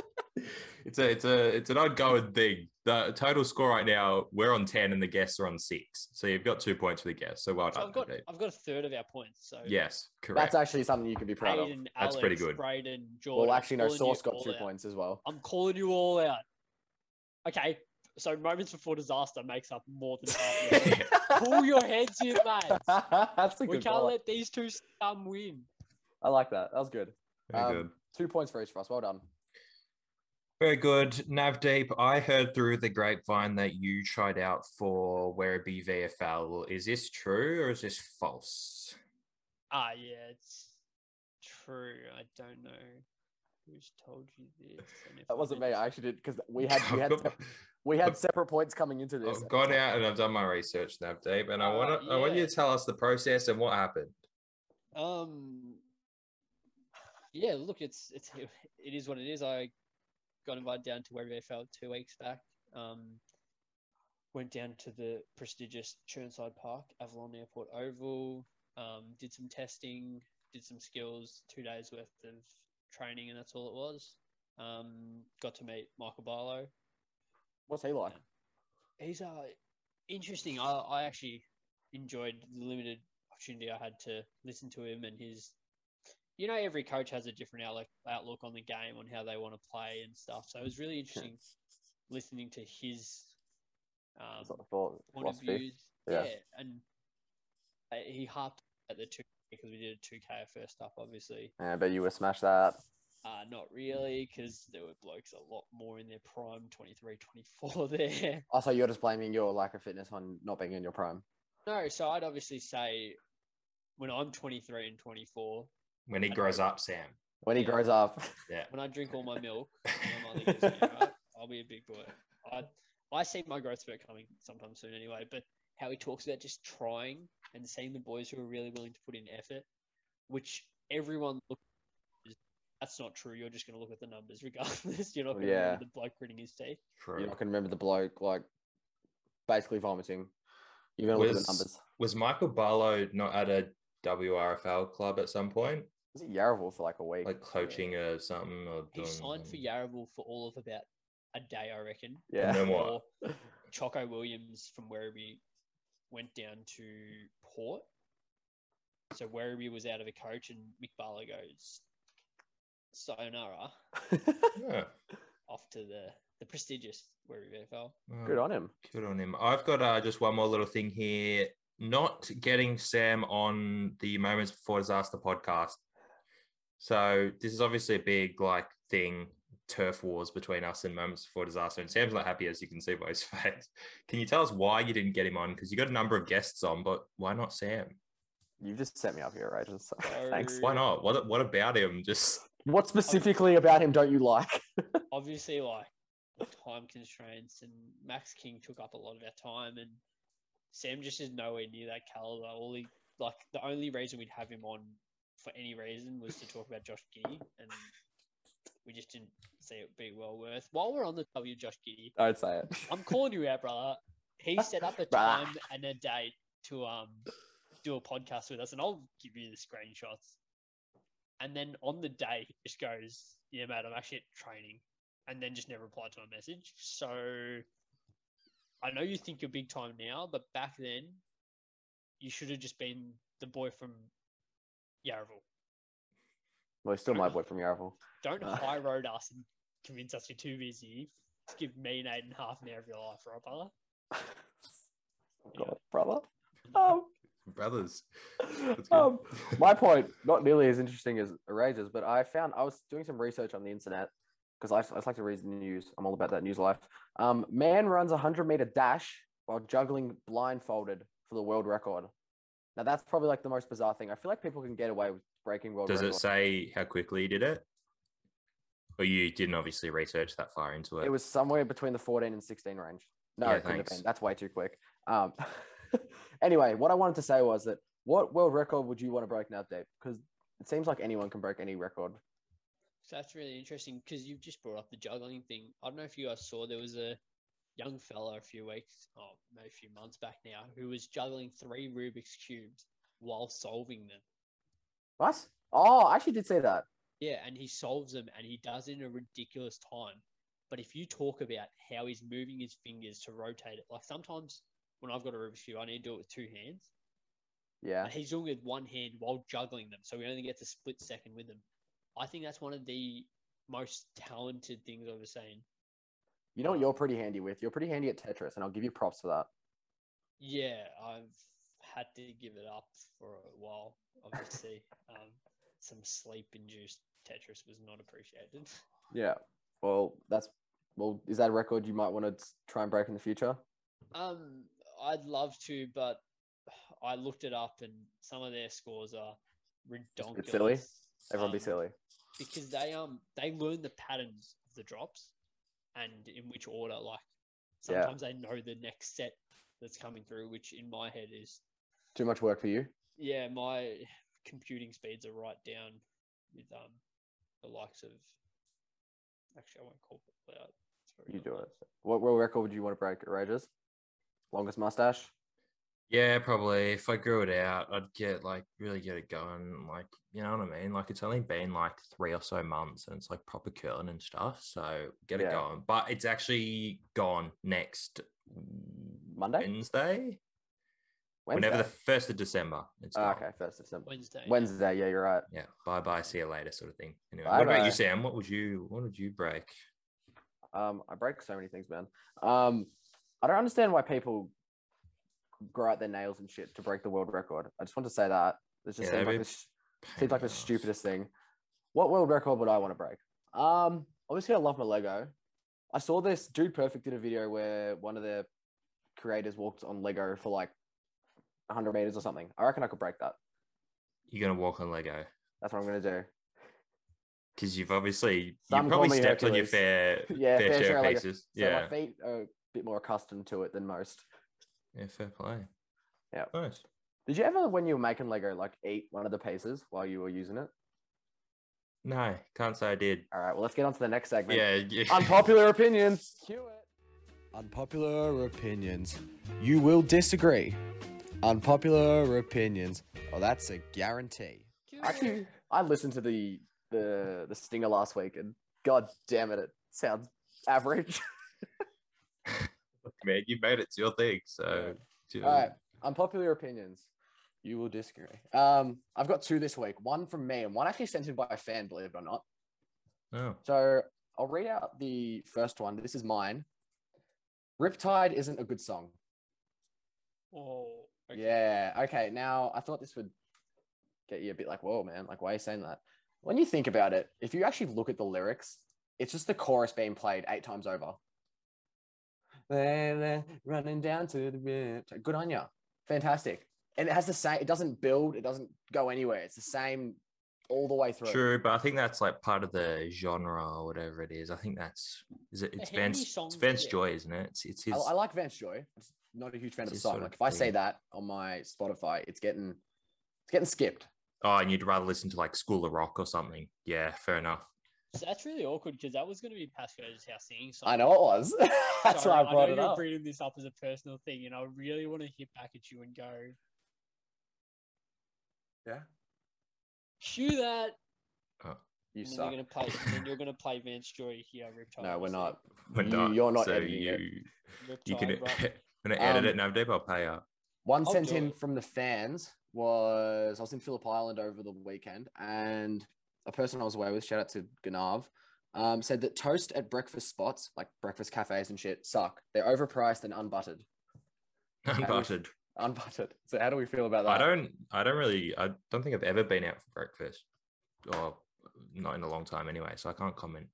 [SPEAKER 1] it's a it's a it's an ongoing thing. The total score right now, we're on ten, and the guests are on six. So you've got two points for the guests. So well
[SPEAKER 3] So
[SPEAKER 1] done.
[SPEAKER 3] I've got
[SPEAKER 1] Dave.
[SPEAKER 3] I've got a third of our points. So
[SPEAKER 1] yes, correct.
[SPEAKER 2] That's actually something you can be proud of.
[SPEAKER 3] Aiden, Alex,
[SPEAKER 1] That's pretty good.
[SPEAKER 3] Brayden, Jordan.
[SPEAKER 2] Well,
[SPEAKER 3] I'm
[SPEAKER 2] actually, no.
[SPEAKER 3] calling you
[SPEAKER 2] Source got
[SPEAKER 3] all
[SPEAKER 2] two
[SPEAKER 3] out.
[SPEAKER 2] points as well.
[SPEAKER 3] I'm calling you all out. Okay, so moments before disaster makes up more than half. your- Pull your heads in, mate.
[SPEAKER 2] That's a
[SPEAKER 3] We
[SPEAKER 2] good
[SPEAKER 3] can't
[SPEAKER 2] call.
[SPEAKER 3] let these two scum win.
[SPEAKER 2] I like that. That was good.
[SPEAKER 1] Very
[SPEAKER 2] um,
[SPEAKER 1] good.
[SPEAKER 2] Two points for each of us. Well done.
[SPEAKER 1] Very good. Navdeep, I heard through the grapevine that you tried out for Werribee VFL. Is this true or is this false?
[SPEAKER 3] Ah, yeah, it's true. I don't know who's told you this. and if I
[SPEAKER 2] That wasn't me.
[SPEAKER 3] meant-
[SPEAKER 2] I actually did because we had we had
[SPEAKER 1] I've, got,
[SPEAKER 2] sep- we had separate points coming into this.
[SPEAKER 1] I've gone out and I've done my research, Navdeep, and I
[SPEAKER 3] Oh,
[SPEAKER 1] want to I want you
[SPEAKER 3] yeah.
[SPEAKER 1] to tell us the process and what happened.
[SPEAKER 3] Um. Yeah, look, it's it's it is what it is. I got invited down to Werribee VFL two weeks back. Um, went down to the prestigious Churnside Park, Avalon Airport Oval. Um, did some testing, did some skills, two days worth of training, and that's all it was. Um, got to meet Michael Barlow.
[SPEAKER 2] What's he like?
[SPEAKER 3] He's uh interesting. I, I actually enjoyed the limited opportunity I had to listen to him and his. You know, every coach has a different outlook outlook on the game on how they want to play and stuff. So it was really interesting listening to his um,
[SPEAKER 2] That's what I thought.
[SPEAKER 3] point of
[SPEAKER 2] Philosophy.
[SPEAKER 3] views.
[SPEAKER 2] Yeah.
[SPEAKER 3] Yeah. and uh, he harped at the two because we did a two K first up, obviously.
[SPEAKER 2] Yeah, I bet you would smash that.
[SPEAKER 3] Uh, not really, because there were blokes a lot more in their prime, 23, 24 there.
[SPEAKER 2] Also, Oh, you're just blaming your lack of fitness on not being in your prime.
[SPEAKER 3] No, so I'd obviously say when I'm 23 and 24,
[SPEAKER 1] When he grows up, Sam.
[SPEAKER 2] When he
[SPEAKER 3] Yeah.
[SPEAKER 2] grows up,
[SPEAKER 1] Yeah.
[SPEAKER 3] when I drink all my milk, my mother gives me, right, I'll be a big boy. I, I see my growth spurt coming sometime soon anyway, but how he talks about just trying and seeing the boys who are really willing to put in effort, which everyone looks that's not true. You're just going to look at the numbers regardless. You're not going to
[SPEAKER 2] Yeah.
[SPEAKER 3] remember the bloke gritting his teeth.
[SPEAKER 1] True.
[SPEAKER 2] you're not going to remember the bloke like basically vomiting. You're going to look at
[SPEAKER 1] Was-
[SPEAKER 2] the numbers.
[SPEAKER 1] Was Michael Barlow not at a WRFL club at some point?
[SPEAKER 2] Was it Yarraville for like a week?
[SPEAKER 1] Like coaching or something or
[SPEAKER 3] He
[SPEAKER 1] doing
[SPEAKER 3] signed for Yarraville for all of about a day, I reckon.
[SPEAKER 2] yeah.
[SPEAKER 1] And then what?
[SPEAKER 3] Or Choco Williams from Werribee went down to Port. So Werribee was out of a coach, and Mick Barlow goes, sayonara,
[SPEAKER 1] Yeah.
[SPEAKER 3] off to the, the prestigious Werribee AFL.
[SPEAKER 1] Well,
[SPEAKER 2] Good on him.
[SPEAKER 1] Good on him. I've got uh, just one more little thing here. Not getting Sam on the Moments Before Disaster podcast. So this is obviously a big like thing, turf wars between us and Moments Before Disaster. And Sam's not happy, as you can see by his face. Can you tell us why you didn't get him on? Because you got a number of guests on, but why not Sam?
[SPEAKER 2] You just set me up here, right? Just-
[SPEAKER 3] So-
[SPEAKER 2] Thanks.
[SPEAKER 1] Why not? What What about him? Just
[SPEAKER 2] What specifically about him don't you like?
[SPEAKER 3] Obviously, like time constraints, and Max King took up a lot of our time, and Sam just is nowhere near that caliber. All he, like, the only reason we'd have him on for any reason was to talk about Josh Giddy, and we just didn't see it be well worth. While we're on the W, Josh Giddy,
[SPEAKER 2] Don't say it.
[SPEAKER 3] I'm calling you out, brother. He set up a
[SPEAKER 2] Brother.
[SPEAKER 3] time and a date to um do a podcast with us, and I'll give you the screenshots. And then on the day, he just goes, "Yeah, mate, I'm actually at training." and then just never replied to my message. So I know you think you're big time now, but back then you should have just been the boy from Yarraville.
[SPEAKER 2] Well, he's still my boy from Yarraville.
[SPEAKER 3] Don't
[SPEAKER 2] Uh.
[SPEAKER 3] high road us and convince us you're too busy to give me and Aiden half an hour of your life, right, brother?
[SPEAKER 2] God, brother. Um,
[SPEAKER 1] Brothers. That's good.
[SPEAKER 2] um, my point, not nearly as interesting as Eraser's, but I found I was doing some research on the internet because I, I just like to read the news. I'm all about that news life. Um, man runs a 100 meter dash while juggling blindfolded for the world record. Now, that's probably like the most bizarre thing. I feel like people can get away with breaking world
[SPEAKER 1] Does it
[SPEAKER 2] records.
[SPEAKER 1] say how quickly you did it? Or you didn't obviously research that far into it.
[SPEAKER 2] It was somewhere between the 14 and 16 range. No,
[SPEAKER 1] Yeah,
[SPEAKER 2] it couldn't have
[SPEAKER 1] thanks.
[SPEAKER 2] been. That's way too quick. Um, anyway, what I wanted to say was that what world record would you want to break now, Dave? Because it seems like anyone can break any record.
[SPEAKER 3] So that's really interesting because you've just brought up the juggling thing. I don't know if you guys saw there was a young fella a few weeks, oh, maybe a few months back now, who was juggling three Rubik's cubes while solving them.
[SPEAKER 2] What? Oh, I actually did say that.
[SPEAKER 3] Yeah, and he solves them and he does it in a ridiculous time. But if you talk about how he's moving his fingers to rotate it, like sometimes when I've got a Rubik's cube, I need to do it with two hands.
[SPEAKER 2] Yeah.
[SPEAKER 3] And he's doing it with one hand while juggling them, so he only gets a split second with them. I think that's one of the most talented things I've ever seen.
[SPEAKER 2] You know what you're pretty handy with? You're pretty handy at Tetris, and I'll give you props for that.
[SPEAKER 3] Yeah, I've had to give it up for a while. Obviously, um, some sleep-induced Tetris was not appreciated.
[SPEAKER 2] Yeah. Well, that's well, is that a record you might want to try and break in the future?
[SPEAKER 3] Um, I'd love to, but I looked it up, and some of their scores are ridiculous.
[SPEAKER 2] silly. Everyone be
[SPEAKER 3] Um,
[SPEAKER 2] silly.
[SPEAKER 3] because they um they learn the patterns of the drops and in which order like
[SPEAKER 2] Yeah.
[SPEAKER 3] sometimes they know the next set that's coming through which in my head is
[SPEAKER 2] Too much work for you.
[SPEAKER 3] yeah my computing speeds are right down with um the likes of actually i won't call it out It's very
[SPEAKER 2] You
[SPEAKER 3] not
[SPEAKER 2] do
[SPEAKER 3] nice.
[SPEAKER 2] it. What world record would you want to break, Rages? Longest mustache?
[SPEAKER 1] yeah, probably. If I grew it out, I'd get like really get it going. Like, you know what I mean? Like, it's only been like three or so months and it's like proper curling and stuff. So get
[SPEAKER 2] Yeah.
[SPEAKER 1] it going. But it's actually gone next
[SPEAKER 2] Monday?
[SPEAKER 1] Wednesday?
[SPEAKER 2] Wednesday.
[SPEAKER 1] Whenever the first of December. It's
[SPEAKER 2] Ah,
[SPEAKER 1] gone.
[SPEAKER 2] okay, first of December.
[SPEAKER 3] wednesday
[SPEAKER 2] Wednesday, yeah, you're right.
[SPEAKER 1] Yeah. Bye bye. See you later, sort of thing. Anyway,
[SPEAKER 2] Bye
[SPEAKER 1] what about
[SPEAKER 2] bye.
[SPEAKER 1] you, Sam? What would you what would you break?
[SPEAKER 2] Um, I break so many things, man. Um, I don't understand why people grow out their nails and shit to break the world record. I just want to say that. It just
[SPEAKER 1] Yeah,
[SPEAKER 2] seems
[SPEAKER 1] that'd
[SPEAKER 2] like
[SPEAKER 1] be
[SPEAKER 2] the, sh- seems like the
[SPEAKER 1] Pain in ass.
[SPEAKER 2] stupidest thing. What world record would I want to break? Um, obviously I love my Lego. I saw this dude perfect did a video where one of the creators walked on Lego for like 100 meters or something. I reckon I could break that.
[SPEAKER 1] You're gonna walk on Lego.
[SPEAKER 2] That's what I'm gonna do.
[SPEAKER 1] Because you've obviously
[SPEAKER 2] Some
[SPEAKER 1] you
[SPEAKER 2] call
[SPEAKER 1] probably
[SPEAKER 2] me
[SPEAKER 1] stepped on your
[SPEAKER 2] Hercules.
[SPEAKER 1] fair fair,
[SPEAKER 2] Yeah, fair
[SPEAKER 1] share
[SPEAKER 2] share,
[SPEAKER 1] of
[SPEAKER 2] like a-
[SPEAKER 1] pieces.
[SPEAKER 2] So
[SPEAKER 1] yeah.
[SPEAKER 2] my feet are a bit more accustomed to it than most.
[SPEAKER 1] yeah, fair play.
[SPEAKER 2] Yeah.
[SPEAKER 1] Nice.
[SPEAKER 2] Did you ever, when you were making Lego, like eat one of the pieces while you were using it?
[SPEAKER 1] No, can't say I did.
[SPEAKER 2] All right, well, let's get on to the next segment.
[SPEAKER 1] Yeah, yeah.
[SPEAKER 2] Unpopular opinions. Cue it. Unpopular opinions. You will disagree. Unpopular opinions. Oh, that's a guarantee. Actually, I listened to the the the stinger last week, and god damn it, it sounds average.
[SPEAKER 1] man, you made it. It's your thing. So do-
[SPEAKER 2] All right, unpopular opinions. You will disagree. Um, I've got two this week. One from me, and one actually sent in by a fan. Believe it or not.
[SPEAKER 1] Oh,
[SPEAKER 2] So I'll read out the first one. This is mine. Riptide isn't a good song.
[SPEAKER 3] oh okay.
[SPEAKER 2] Yeah. Okay. Now I thought this would get you a bit like, whoa, man, like why are you saying that? When you think about it, if you actually look at the lyrics, it's just the chorus being played eight times over. They're uh, Running down to the bit. Good on ya. Fantastic. And it has the same, it doesn't build, it doesn't go anywhere. It's the same all the way through.
[SPEAKER 1] true, but I think that's like part of the genre or whatever it is. I think that's is it. It's
[SPEAKER 3] how many
[SPEAKER 1] Vance. It's
[SPEAKER 3] songs-
[SPEAKER 1] Vance
[SPEAKER 3] yeah.
[SPEAKER 1] Joy, isn't it? It's it's his.
[SPEAKER 2] I, I like Vance Joy. I'm just not a huge fan of the
[SPEAKER 1] Just
[SPEAKER 2] song.
[SPEAKER 1] sort
[SPEAKER 2] Like
[SPEAKER 1] of
[SPEAKER 2] if I say
[SPEAKER 1] thing.
[SPEAKER 2] that on my Spotify, it's getting it's getting skipped.
[SPEAKER 1] oh, and you'd rather listen to like School of Rock or something. Yeah, fair enough.
[SPEAKER 3] so that's really awkward because that was going to be pasco's house singing song.
[SPEAKER 2] I know it was. That's
[SPEAKER 3] Sorry,
[SPEAKER 2] why I brought
[SPEAKER 3] know
[SPEAKER 2] it
[SPEAKER 3] you're
[SPEAKER 2] up.
[SPEAKER 3] bringing this up as a personal thing and i really want to hit back at you and go
[SPEAKER 2] Yeah.
[SPEAKER 3] cue that
[SPEAKER 1] Oh.
[SPEAKER 2] You
[SPEAKER 3] and then
[SPEAKER 2] suck.
[SPEAKER 3] you're gonna play. and then you're gonna play Vance Joy here. Riptide.
[SPEAKER 2] No, we're
[SPEAKER 3] so
[SPEAKER 2] not.
[SPEAKER 1] We're
[SPEAKER 2] You-
[SPEAKER 1] not.
[SPEAKER 2] you're not
[SPEAKER 1] so
[SPEAKER 2] editing
[SPEAKER 1] you,
[SPEAKER 2] it.
[SPEAKER 1] You can
[SPEAKER 3] Riptide, right?
[SPEAKER 1] gonna edit it
[SPEAKER 2] Um,
[SPEAKER 1] and Navdeep, I'll pay up.
[SPEAKER 2] One
[SPEAKER 3] I'll
[SPEAKER 2] sent
[SPEAKER 3] do
[SPEAKER 2] in
[SPEAKER 3] it.
[SPEAKER 2] from the fans was I was in Phillip Island over the weekend, and a person I was away with, shout out to Ganav, um, said that toast at breakfast spots, like breakfast cafes and shit, suck. They're overpriced and unbuttered.
[SPEAKER 1] Unbuttered.
[SPEAKER 2] Unbuttered. So how do we feel about that?
[SPEAKER 1] I don't I don't really I don't think I've ever been out for breakfast. Or not in a long time anyway, so I can't comment.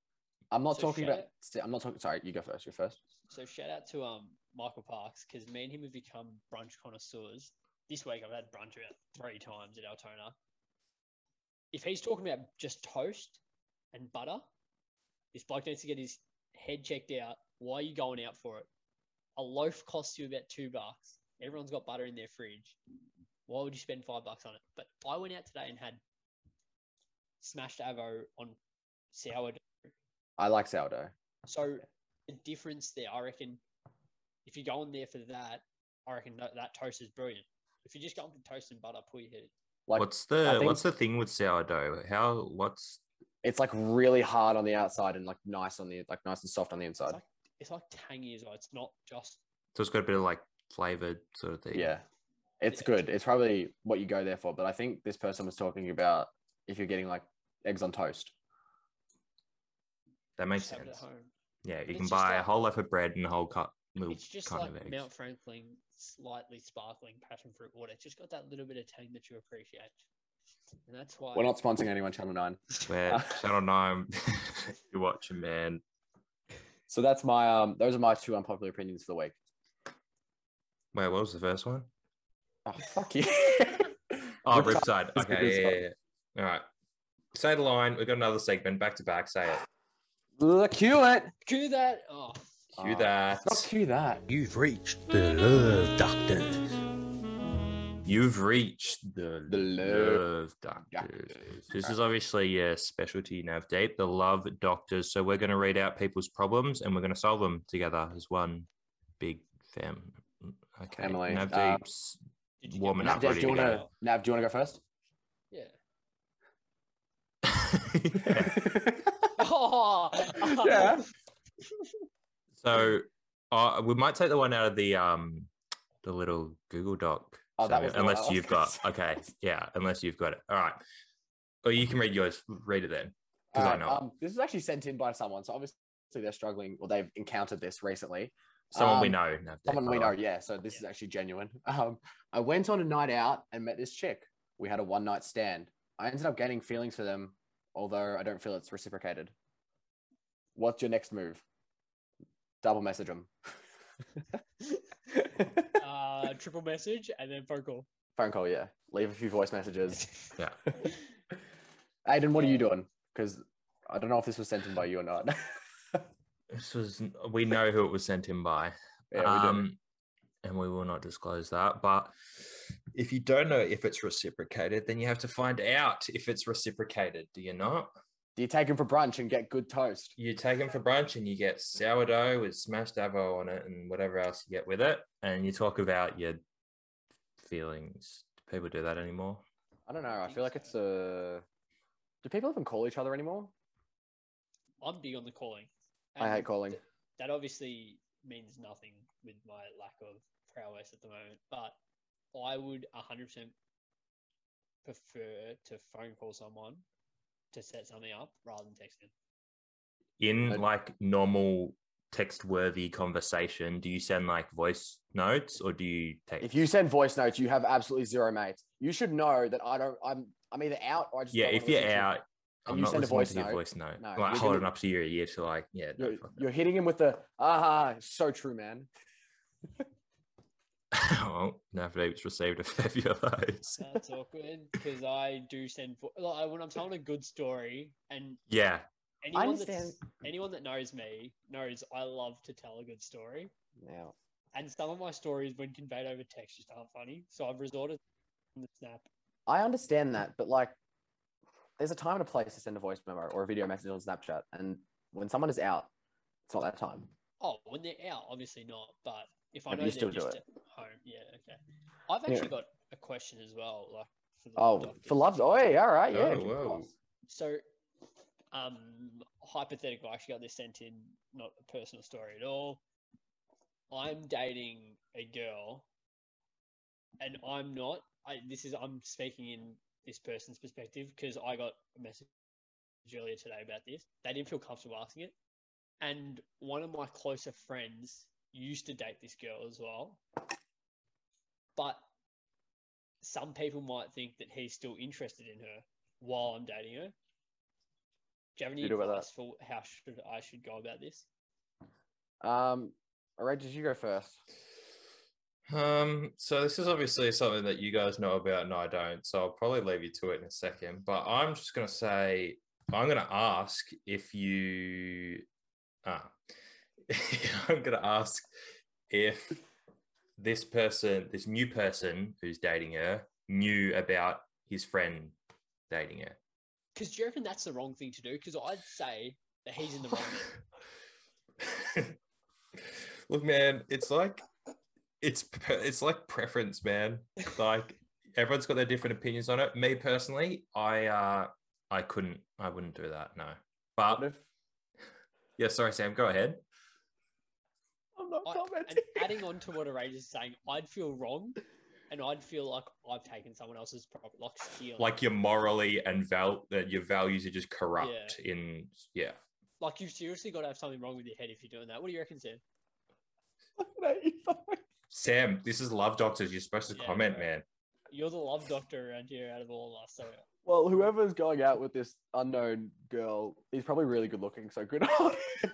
[SPEAKER 2] I'm not
[SPEAKER 3] So
[SPEAKER 2] talking
[SPEAKER 3] shout
[SPEAKER 2] about. I'm not talking. Sorry, you go first. You're first.
[SPEAKER 3] So shout out to um Michael Parks because me and him have become brunch connoisseurs. This week I've had brunch about three times at Altona. If he's talking about just toast and butter, this bloke needs to get his head checked out. Why are you going out for it? A loaf costs you about two bucks. Everyone's got butter in their fridge. Why would you spend five bucks on it? But I went out today and had smashed avo on sourdough.
[SPEAKER 2] I like sourdough.
[SPEAKER 3] So the difference there, I reckon, if you go in there for that, I reckon that, that toast is brilliant. If you're just going for toast and butter, pull your head.
[SPEAKER 2] Like
[SPEAKER 1] what's the
[SPEAKER 2] think-
[SPEAKER 1] what's the thing with sourdough? How what's
[SPEAKER 2] it's like really hard on the outside and like nice on the like nice and soft on the
[SPEAKER 3] It's
[SPEAKER 2] inside.
[SPEAKER 3] like, it's like tangy as well. It's not just
[SPEAKER 1] so it's got a bit of like flavored sort of thing.
[SPEAKER 2] Yeah, it's
[SPEAKER 3] Yeah.
[SPEAKER 2] good. It's probably what you go there for. But I think this person was talking about if you're getting like eggs on toast.
[SPEAKER 1] That makes
[SPEAKER 3] just have it at
[SPEAKER 1] sense.
[SPEAKER 3] home.
[SPEAKER 1] Yeah, you
[SPEAKER 3] It's
[SPEAKER 1] can
[SPEAKER 3] just
[SPEAKER 1] buy a
[SPEAKER 3] like-
[SPEAKER 1] whole loaf of bread and a whole cut little
[SPEAKER 3] It's just
[SPEAKER 1] kind
[SPEAKER 3] like
[SPEAKER 1] of eggs.
[SPEAKER 3] Mount Franklin, slightly sparkling passion fruit water. It's just got that little bit of tang that you appreciate. And that's why
[SPEAKER 2] We're not sponsoring anyone, Channel Nine.
[SPEAKER 1] Where Channel Nine, you're watching, man.
[SPEAKER 2] So that's my um. Those are my two unpopular opinions for the week.
[SPEAKER 1] Wait, what was the first one?
[SPEAKER 2] Oh fuck you.
[SPEAKER 1] Oh,
[SPEAKER 2] Riptide.
[SPEAKER 1] Riptide.
[SPEAKER 2] is the good
[SPEAKER 1] Okay, yeah, yeah, yeah. All right. Say the line. We've got another segment back to back. Say it.
[SPEAKER 2] Look, cue it.
[SPEAKER 3] cue that. Oh,
[SPEAKER 1] Cue
[SPEAKER 2] Oh,
[SPEAKER 1] that.
[SPEAKER 2] Not cue that.
[SPEAKER 5] You've reached the Love Doctors.
[SPEAKER 1] You've reached the,
[SPEAKER 2] The
[SPEAKER 1] love
[SPEAKER 2] love
[SPEAKER 1] doctors. This is obviously a specialty Navdeep, the love doctors. So we're going to read out people's problems and we're going to solve them together as one big fam. Okay,
[SPEAKER 2] Family, uh,
[SPEAKER 1] Navdeep's
[SPEAKER 3] did you get
[SPEAKER 1] Warming
[SPEAKER 3] my-
[SPEAKER 1] up,
[SPEAKER 2] Nav, do
[SPEAKER 1] ready
[SPEAKER 2] you
[SPEAKER 1] to
[SPEAKER 2] want to?
[SPEAKER 1] go.
[SPEAKER 2] Nav, do you want to go first?
[SPEAKER 3] Yeah.
[SPEAKER 1] Yeah.
[SPEAKER 3] Oh,
[SPEAKER 2] Yeah.
[SPEAKER 1] So uh, we might take the one out of the um the little Google Doc.
[SPEAKER 2] Oh, that
[SPEAKER 1] So,
[SPEAKER 2] was the one I
[SPEAKER 1] unless
[SPEAKER 2] was
[SPEAKER 1] you've
[SPEAKER 2] gonna
[SPEAKER 1] got
[SPEAKER 2] say.
[SPEAKER 1] okay, yeah, unless you've got it. All right. Or you can read yours. Read it then. 'Cause I
[SPEAKER 2] Alright,
[SPEAKER 1] know it.
[SPEAKER 2] Um, this is actually sent in by someone, so obviously they're struggling or they've encountered this recently.
[SPEAKER 1] Someone we
[SPEAKER 2] Um,
[SPEAKER 1] know. Navdeep,
[SPEAKER 2] Someone
[SPEAKER 1] by
[SPEAKER 2] we
[SPEAKER 1] the
[SPEAKER 2] know,
[SPEAKER 1] way.
[SPEAKER 2] yeah. So this is actually genuine. Um, I went on a night out and met this chick. We had a one night stand. I ended up gaining feelings for them, although I don't feel it's reciprocated. What's your next move? Double message them.
[SPEAKER 3] uh, triple message and then phone call.
[SPEAKER 2] Phone call, yeah. Leave a few voice messages.
[SPEAKER 1] Yeah.
[SPEAKER 2] Aiden, what are you doing? Because I don't know if this was sent in by you or not.
[SPEAKER 1] This was we know who it was sent in by.
[SPEAKER 2] yeah, we do.
[SPEAKER 1] um, and we will not disclose that. But if you don't know if it's reciprocated, then you have to find out if it's reciprocated. Do you not?
[SPEAKER 2] Do you take him for brunch and get good toast?
[SPEAKER 1] you take them for brunch and you get sourdough with smashed avo on it and whatever else you get with it and you talk about your feelings do people do that anymore
[SPEAKER 2] I don't know. I
[SPEAKER 3] think
[SPEAKER 2] feel like
[SPEAKER 3] so.
[SPEAKER 2] it's a. Do people even call each other anymore?
[SPEAKER 3] I'm big on the calling.
[SPEAKER 2] I hate
[SPEAKER 3] And
[SPEAKER 2] calling.
[SPEAKER 3] th- that obviously means nothing with my lack of prowess at the moment, but I would 100% prefer to phone call someone to set something up rather than texting.
[SPEAKER 1] in
[SPEAKER 2] I-
[SPEAKER 1] like normal text worthy conversation do you send like voice notes or do you take
[SPEAKER 2] If you send voice notes, you have absolutely zero mates. You should know that I don't. I'm. I'm either out or I just.
[SPEAKER 1] yeah
[SPEAKER 2] don't
[SPEAKER 1] if
[SPEAKER 2] wanna
[SPEAKER 1] you're
[SPEAKER 2] listen to you.
[SPEAKER 1] out
[SPEAKER 2] and
[SPEAKER 1] i'm
[SPEAKER 2] you
[SPEAKER 1] not
[SPEAKER 2] send a
[SPEAKER 1] listening
[SPEAKER 2] voice
[SPEAKER 1] to your
[SPEAKER 2] note,
[SPEAKER 1] voiling voice note
[SPEAKER 2] no,
[SPEAKER 1] like
[SPEAKER 2] you're
[SPEAKER 1] holding
[SPEAKER 2] gonna-
[SPEAKER 1] up to your ear to like yeah no,
[SPEAKER 2] You're,
[SPEAKER 1] fuck
[SPEAKER 2] you're hitting him with the "Ah, aha. So true, man.
[SPEAKER 1] that. well Navdeep's received a fair few of those
[SPEAKER 3] That's awkward because I do send vo- like when I'm telling a good story, and
[SPEAKER 1] yeah
[SPEAKER 3] anyone that's,
[SPEAKER 2] understand.
[SPEAKER 3] anyone that knows me knows I love to tell a good story.
[SPEAKER 2] Now,
[SPEAKER 3] And some of my stories, when conveyed over text, just aren't funny. So I've resorted to the snap.
[SPEAKER 2] I understand that, but like, there's a time and a place to send a voice memo or a video message on Snapchat, and when someone is out, it's not that time.
[SPEAKER 3] Oh, when they're out, obviously not. But if I
[SPEAKER 2] No, but
[SPEAKER 3] know
[SPEAKER 2] you
[SPEAKER 3] they're
[SPEAKER 2] still do
[SPEAKER 3] just
[SPEAKER 2] it.
[SPEAKER 3] at home, yeah, okay. I've
[SPEAKER 2] Yeah.
[SPEAKER 3] actually got a question as well, like for the
[SPEAKER 2] Oh,
[SPEAKER 3] doctors.
[SPEAKER 2] for love's. Oh, all right, yeah.
[SPEAKER 1] Oh,
[SPEAKER 2] of
[SPEAKER 1] whoa.
[SPEAKER 2] course.
[SPEAKER 3] So Um, hypothetical. I actually got this sent in, not a personal story at all. I'm dating a girl, and I'm not. I this is I'm speaking in this person's perspective because I got a message earlier today about this. They didn't feel comfortable asking it, and one of my closer friends used to date this girl as well, but some people might think that he's still interested in her while I'm dating her. Do you have any
[SPEAKER 2] You do about that.
[SPEAKER 3] advice for how should I should go about this?
[SPEAKER 2] Um, all right, did you go first?
[SPEAKER 1] Um, so this is obviously something that you guys know about and I don't, so I'll probably leave you to it in a second. But I'm just gonna say I'm gonna ask if you ah I'm gonna ask if this person, this new person who's dating her, knew about his friend dating her.
[SPEAKER 3] Because do you reckon that's the wrong thing to do? Because I'd say that he's in the wrong.
[SPEAKER 1] Look, man, it's like it's per- it's like preference, man. Like everyone's got their different opinions on it. Me personally, I uh I couldn't, I wouldn't do that. No,
[SPEAKER 2] What
[SPEAKER 1] but
[SPEAKER 2] if
[SPEAKER 1] yeah, sorry, Sam. Go ahead.
[SPEAKER 2] I'm not
[SPEAKER 3] I- and adding on to what Arrange is saying, I'd feel wrong, and I'd feel like I've taken someone else's property, like stealing.
[SPEAKER 1] Like you're morally and val that your values are just corrupt. In yeah,
[SPEAKER 3] like you've seriously got to have something wrong with your head if you're doing that. What do you reckon, Sam?
[SPEAKER 1] Sam, this is love doctors. You're supposed to
[SPEAKER 3] Yeah,
[SPEAKER 1] comment,
[SPEAKER 3] right.
[SPEAKER 1] man.
[SPEAKER 3] You're the love doctor around here, out of all of us. So
[SPEAKER 2] well, whoever's going out with this unknown girl, he's probably really good looking. So good on him.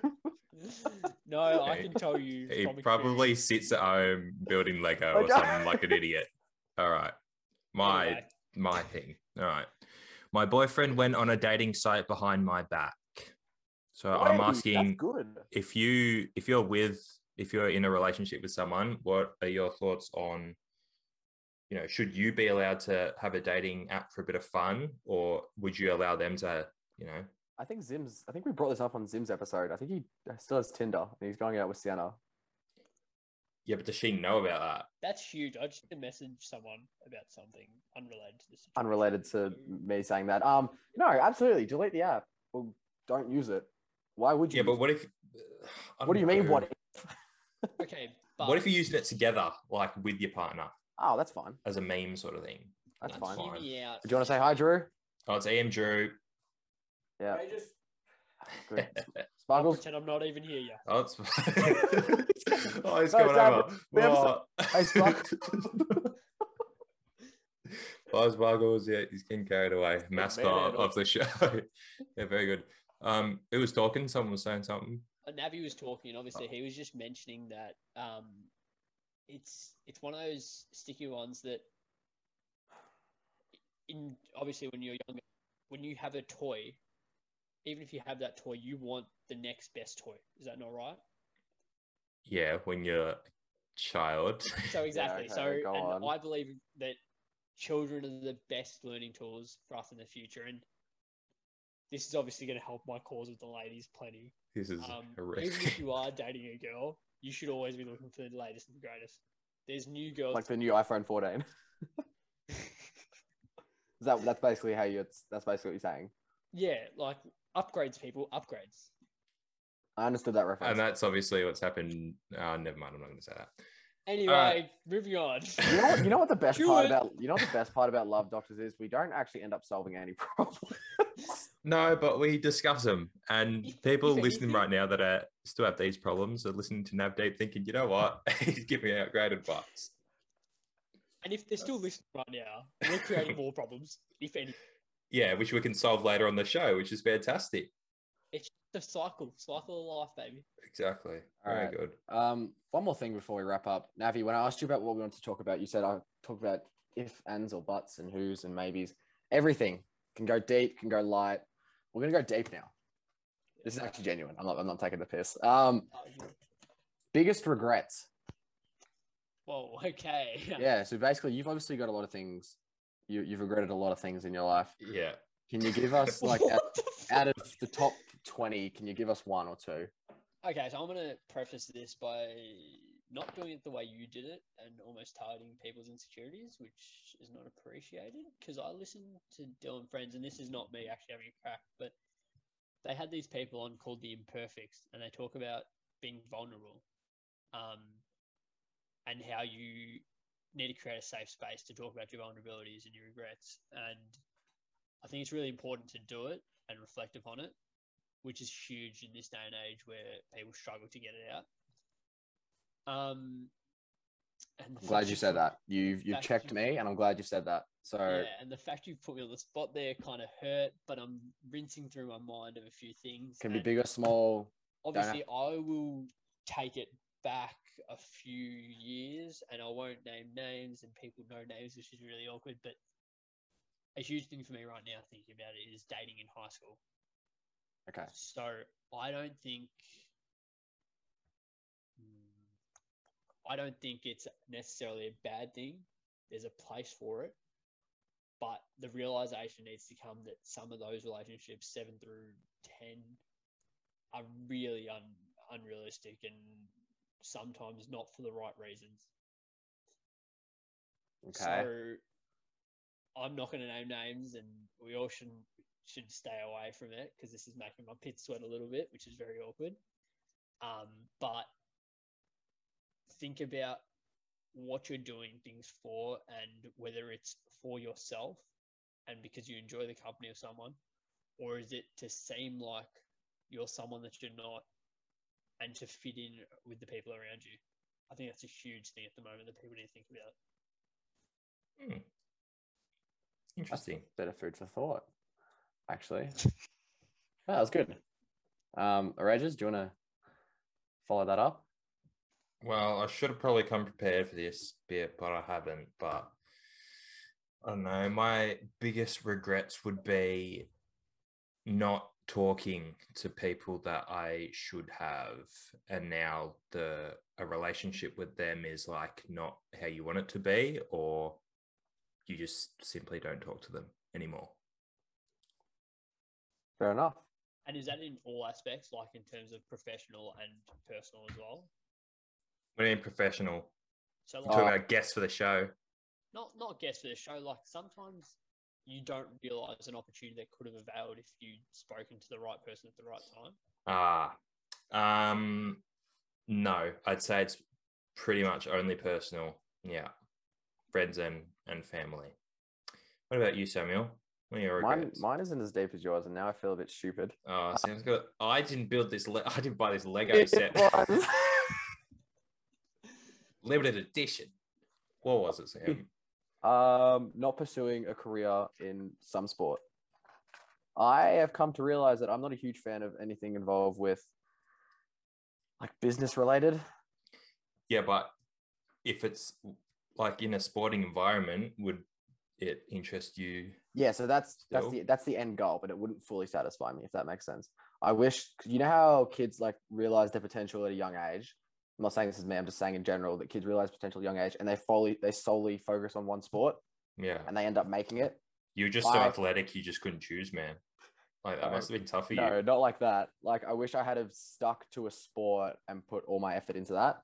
[SPEAKER 3] no, I
[SPEAKER 1] Hey,
[SPEAKER 3] can tell you.
[SPEAKER 1] He
[SPEAKER 3] from
[SPEAKER 1] probably
[SPEAKER 3] experience.
[SPEAKER 1] sits at home building Lego or
[SPEAKER 2] Okay.
[SPEAKER 1] something like an idiot. All right, my.
[SPEAKER 3] Anyway,
[SPEAKER 1] my thing. All right. My boyfriend went on a dating site behind my back. So I'm
[SPEAKER 2] Wait, That's
[SPEAKER 1] asking
[SPEAKER 2] good.
[SPEAKER 1] if you if you're with if you're in a relationship with someone, what are your thoughts on you know, should you be allowed to have a dating app for a bit of fun or would you allow them to, you know,
[SPEAKER 2] I think Zim's. I think we brought this up on Zim's episode. I think he still has Tinder and he's going out with Sienna.
[SPEAKER 1] yeah, but does she know about that?
[SPEAKER 3] that's huge. I just need to message someone about something unrelated to this. situation.
[SPEAKER 2] Unrelated to me saying that. Um, no, absolutely. Delete the app. Well, don't use it. Why would you?
[SPEAKER 1] Yeah, but
[SPEAKER 2] use
[SPEAKER 1] what if I
[SPEAKER 2] it? what do you
[SPEAKER 1] don't
[SPEAKER 2] mean?
[SPEAKER 1] know.
[SPEAKER 2] What? if?
[SPEAKER 3] Okay, but
[SPEAKER 1] what if you're using it together, like with your partner
[SPEAKER 2] Oh, that's fine.
[SPEAKER 1] as a meme sort of thing?
[SPEAKER 2] That's,
[SPEAKER 1] That's
[SPEAKER 2] fine.
[SPEAKER 1] fine.
[SPEAKER 3] hear me out?
[SPEAKER 2] Do you want to say hi, Drew?
[SPEAKER 1] Oh, it's AM Drew.
[SPEAKER 2] Yeah. Good.
[SPEAKER 3] I'll
[SPEAKER 2] Sparkles.
[SPEAKER 3] pretend I'm not even here yet.
[SPEAKER 1] Oh, it's, oh, it's
[SPEAKER 2] No,
[SPEAKER 1] going
[SPEAKER 2] it's
[SPEAKER 1] over.
[SPEAKER 2] happened. We have
[SPEAKER 1] Well,
[SPEAKER 2] Hey, Spark.
[SPEAKER 1] Lars Bargles, yeah, he's getting carried away. Mascot
[SPEAKER 2] manhandle.
[SPEAKER 1] of the show. yeah, very good. Um, who was talking? Someone was saying something.
[SPEAKER 3] uh, Navi was talking, and
[SPEAKER 2] Oh.
[SPEAKER 3] obviously he was just mentioning that um, it's it's one of those sticky ones that, in obviously when you're younger, when you have a toy, even if you have that toy, you want the next best toy. Is that not right?
[SPEAKER 1] Yeah, when you're a child.
[SPEAKER 3] So exactly.
[SPEAKER 2] okay,
[SPEAKER 3] so
[SPEAKER 2] go on.
[SPEAKER 3] and I believe that children are the best learning tools for us in the future, and this is obviously going to help my cause with the ladies plenty.
[SPEAKER 1] This is
[SPEAKER 3] Um, even if
[SPEAKER 1] horrific.
[SPEAKER 3] you are dating a girl, you should always be looking for the latest and greatest. There's new girls.
[SPEAKER 2] Like the new iPhone 14. Is that that's basically how you? That's basically what you're saying.
[SPEAKER 3] yeah, like upgrades, people, upgrades.
[SPEAKER 2] I understood that
[SPEAKER 1] and
[SPEAKER 2] reference.
[SPEAKER 1] that's obviously what's happened. Uh, never mind, I'm not going to say that.
[SPEAKER 3] Anyway,
[SPEAKER 1] Alright.
[SPEAKER 3] moving on.
[SPEAKER 2] you know what? You know what the best
[SPEAKER 3] Do
[SPEAKER 2] part
[SPEAKER 3] it.
[SPEAKER 2] about you know what the best part about Love Doctors is? We don't actually end up solving any problem.
[SPEAKER 1] No, but we discuss them, and
[SPEAKER 3] If-
[SPEAKER 1] people
[SPEAKER 3] if
[SPEAKER 1] listening
[SPEAKER 3] anything-
[SPEAKER 1] right now that are still have these problems are listening to Navdeep thinking, you know what, he's giving out great advice.
[SPEAKER 3] and if they're still listening right now, we're creating more problems, if any.
[SPEAKER 1] Yeah, which we can solve later on the show, which is fantastic.
[SPEAKER 3] It's just a cycle, cycle of life, baby.
[SPEAKER 1] Exactly.
[SPEAKER 2] All
[SPEAKER 1] Very
[SPEAKER 2] right.
[SPEAKER 1] good.
[SPEAKER 2] Um, one more thing before we wrap up, Navi. When I asked you about what we wanted to talk about, you said I talk about if, ands, or buts, and whos and maybes. Everything can go deep, can go light. We're gonna go deep now. This is actually genuine. I'm not. I'm not taking the piss. Um,
[SPEAKER 3] Uh,
[SPEAKER 2] biggest regrets.
[SPEAKER 3] Whoa, okay.
[SPEAKER 2] yeah so basically you've obviously got a lot of things you, you've regretted a lot of things in your life
[SPEAKER 1] Yeah.
[SPEAKER 2] can you give us like out,
[SPEAKER 3] What the fuck?
[SPEAKER 2] out of the top 20 can you give us one or two
[SPEAKER 3] Okay, so I'm gonna preface this by not doing it the way you did it and almost targeting people's insecurities, which is not appreciated because I listen to Dylan Friends, and this is not me actually having a crack, but they had these people on called the imperfects and they talk about being vulnerable um, and how you need to create a safe space to talk about your vulnerabilities and your regrets and i think it's really important to do it and reflect upon it which is huge in this day and age where people struggle to get it out um, and the
[SPEAKER 2] I'm glad
[SPEAKER 3] fact
[SPEAKER 2] you said
[SPEAKER 3] put-
[SPEAKER 2] that. You've you've
[SPEAKER 3] Fact
[SPEAKER 2] checked
[SPEAKER 3] you-
[SPEAKER 2] me, and I'm glad you said that. So
[SPEAKER 3] Yeah, and the fact you've put me on the spot there kind of hurt, but I'm rinsing through my mind of a few things.
[SPEAKER 2] can be
[SPEAKER 3] and
[SPEAKER 2] big or small.
[SPEAKER 3] Obviously, I will take it back a few years and I won't name names and people know names, which is really awkward. But a huge thing for me right now, thinking about it, is dating in high school.
[SPEAKER 2] Okay.
[SPEAKER 3] So I don't think Hmm. I don't think it's necessarily a bad thing. There's a place for it. But the realization needs to come that some of those relationships, seven through 10, are really un- unrealistic and sometimes not for the right reasons.
[SPEAKER 2] Okay.
[SPEAKER 3] So I'm not going to name names, and we all should should stay away from it because this is making my pit sweat a little bit, which is very awkward. Um, but think about what you're doing things for, and whether it's for yourself and because you enjoy the company of someone, or is it to seem like you're someone that you're not, and to fit in with the people around you. I think that's a huge thing at the moment that people need to think about.
[SPEAKER 1] Hmm.
[SPEAKER 2] That's
[SPEAKER 1] Interesting.
[SPEAKER 2] better food for thought, actually. Yeah, that was good. Um, Regis, do you want to follow that up?
[SPEAKER 1] Well, I should have probably come prepared for this bit, but I haven't. But I don't know. My biggest regrets would be not talking to people that I should have, and now the a relationship with them is like not how you want it to be, or you just simply don't talk to them anymore.
[SPEAKER 2] Fair enough.
[SPEAKER 3] And is that in all aspects, like in terms of professional and personal as well?
[SPEAKER 1] We need professional.
[SPEAKER 3] So
[SPEAKER 1] Talk
[SPEAKER 3] like
[SPEAKER 2] Oh.
[SPEAKER 1] about guests for the show.
[SPEAKER 3] not not guests for the show, like sometimes you don't realise an opportunity that could have availed if you'd spoken to the right person at the right time.
[SPEAKER 1] Ah, um, no, I'd say it's pretty much only personal. Yeah, friends and and family. What about you, Samuel? What are your
[SPEAKER 2] Mine,
[SPEAKER 1] regrets?
[SPEAKER 2] mine isn't as deep as yours, and now I feel a bit stupid.
[SPEAKER 1] oh, Sam's got. I didn't build this. Le- I didn't buy this Lego set. Limited edition. What was it, Sam?
[SPEAKER 2] um, not pursuing a career in some sport. I have come to realize that I'm not a huge fan of anything involved with like business related.
[SPEAKER 1] yeah, but if it's like in a sporting environment, would it interest you?
[SPEAKER 2] Yeah, so that's that's
[SPEAKER 1] Still.
[SPEAKER 2] the that's the end goal, but it wouldn't fully satisfy me if that makes sense. I wish 'cause you know how kids like realize their potential at a young age. I'm not saying this is me. I'm just saying in general that kids realize potential at a young age, and they fully they solely focus on one sport,
[SPEAKER 1] Yeah,
[SPEAKER 2] and they end up making it.
[SPEAKER 1] you're just so
[SPEAKER 2] I-
[SPEAKER 1] athletic, you just couldn't choose, man. Like that
[SPEAKER 2] No,
[SPEAKER 1] must have been tough for you.
[SPEAKER 2] No, not like that. Like I wish I had have stuck to a sport and put all my effort into that.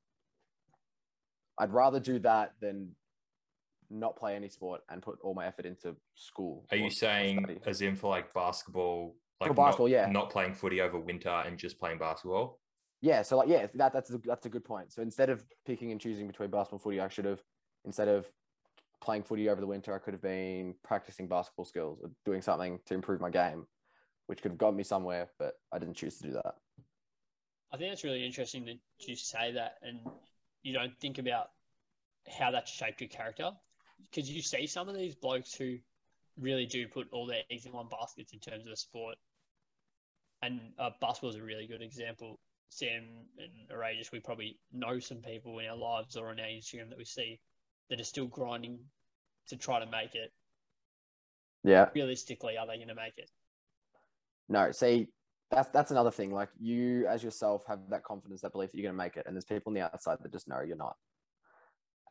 [SPEAKER 2] I'd rather do that than not play any sport and put all my effort into school.
[SPEAKER 1] Are
[SPEAKER 2] or
[SPEAKER 1] you saying
[SPEAKER 2] study.
[SPEAKER 1] as in for like basketball, like
[SPEAKER 2] basketball,
[SPEAKER 1] not,
[SPEAKER 2] yeah.
[SPEAKER 1] not playing footy over winter and just playing basketball?
[SPEAKER 2] Yeah, so like yeah, that that's a, that's a good point. So instead of picking and choosing between basketball and footy, I should have instead of playing footy over the winter, I could have been practicing basketball skills or doing something to improve my game, which could have got me somewhere, but I didn't choose to do that.
[SPEAKER 3] I think it's really interesting that you say that and you don't think about how that shaped your character. Because you see some of these blokes who really do put all their eggs in one basket in terms of a sport. And uh, basketball's a really good example. Sam and Aragus, we probably know some people in our lives or on our Instagram that we see that are still grinding to try to make it.
[SPEAKER 2] Yeah.
[SPEAKER 3] Realistically, are they going to make it?
[SPEAKER 2] No, see, that's that's another thing. Like you as yourself have that confidence, that belief that you're gonna make it. And there's people on the outside that just know you're not.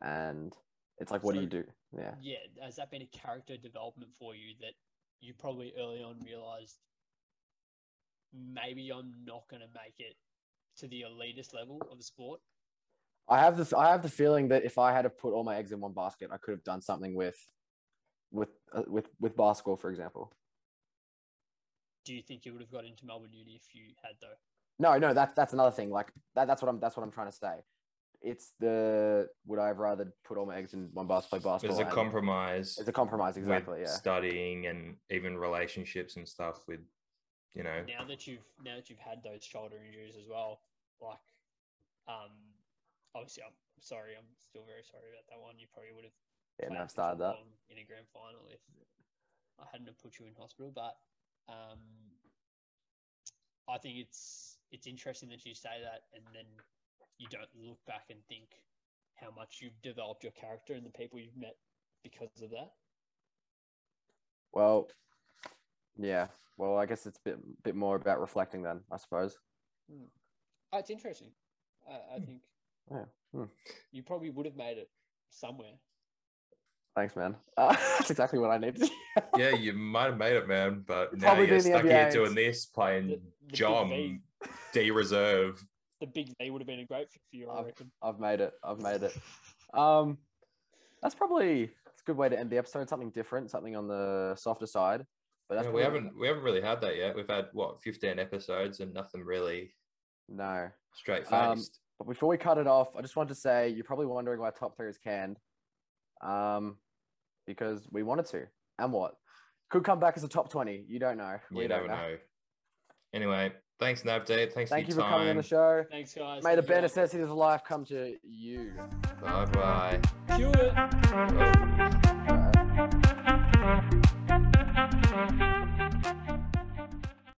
[SPEAKER 2] And it's like, what do
[SPEAKER 3] So-
[SPEAKER 2] you do? Yeah.
[SPEAKER 3] yeah, has that been a character development for you that you probably early on realized maybe I'm not going to make it to the elitist level of the sport?
[SPEAKER 2] I have the I have the feeling that if I had to put all my eggs in one basket, I could have done something with with uh, with with basketball, for example.
[SPEAKER 3] do you think you would have got into Melbourne Uni if you had though?
[SPEAKER 2] No, no, that's that's another thing. Like that, that's what I'm that's what I'm trying to say. It's the would I have rather put all my eggs in one basket, play
[SPEAKER 1] There's
[SPEAKER 2] basketball?
[SPEAKER 1] a
[SPEAKER 2] and-
[SPEAKER 1] compromise.
[SPEAKER 2] It's a compromise,
[SPEAKER 1] with
[SPEAKER 2] exactly. Yeah.
[SPEAKER 1] Studying and even relationships and stuff with, you know,
[SPEAKER 3] Now that you've now that you've had those shoulder injuries as well, like, um, obviously I'm sorry, I'm still very sorry about that one. You probably would have
[SPEAKER 2] Yeah, no,
[SPEAKER 3] played
[SPEAKER 2] I've started that.
[SPEAKER 3] football in a grand final if I hadn't have put you in hospital. But um, I think it's it's interesting that you say that, and then you don't look back and think how much you've developed your character and the people you've met because of that.
[SPEAKER 2] Well, yeah. Well, I guess it's a bit bit more about reflecting then, I suppose.
[SPEAKER 3] Oh, it's interesting. I, I think
[SPEAKER 2] Yeah. Hmm.
[SPEAKER 3] you probably would have made it somewhere.
[SPEAKER 2] Thanks, man. Uh, that's exactly what I need. to
[SPEAKER 1] yeah, you might have made it, man, but
[SPEAKER 2] You'd
[SPEAKER 1] now
[SPEAKER 2] probably
[SPEAKER 1] you're
[SPEAKER 2] be in the
[SPEAKER 1] stuck
[SPEAKER 2] NBA.
[SPEAKER 1] here doing this,
[SPEAKER 3] The,
[SPEAKER 1] playing
[SPEAKER 3] the Big
[SPEAKER 1] John
[SPEAKER 3] V,
[SPEAKER 1] D reserve.
[SPEAKER 3] the big V would have been a great fit for you, I
[SPEAKER 2] I've-
[SPEAKER 3] reckon.
[SPEAKER 2] I've made it. I've made it. Um, that's probably it's a good way to end the episode. Something different, something on the softer side. But that's
[SPEAKER 1] Yeah, we
[SPEAKER 2] probably-
[SPEAKER 1] haven't we haven't really had that yet. We've had what 15 episodes and nothing really
[SPEAKER 2] No.
[SPEAKER 1] straight
[SPEAKER 2] Um,
[SPEAKER 1] faced.
[SPEAKER 2] But before we cut it off, I just wanted to say you're probably wondering why top three is canned. Um, because we wanted to. And what? Could come back as a top 20. You don't know.
[SPEAKER 1] you never know. Anyway, thanks, Navdeep. Thanks
[SPEAKER 2] Thank
[SPEAKER 1] for
[SPEAKER 2] you
[SPEAKER 1] your
[SPEAKER 2] for coming on
[SPEAKER 1] time.
[SPEAKER 2] the show.
[SPEAKER 3] Thanks, guys.
[SPEAKER 2] May the
[SPEAKER 3] Thank you.
[SPEAKER 2] bare necessities of life come to you.
[SPEAKER 1] Bye bye.
[SPEAKER 3] Cue it.
[SPEAKER 1] Bye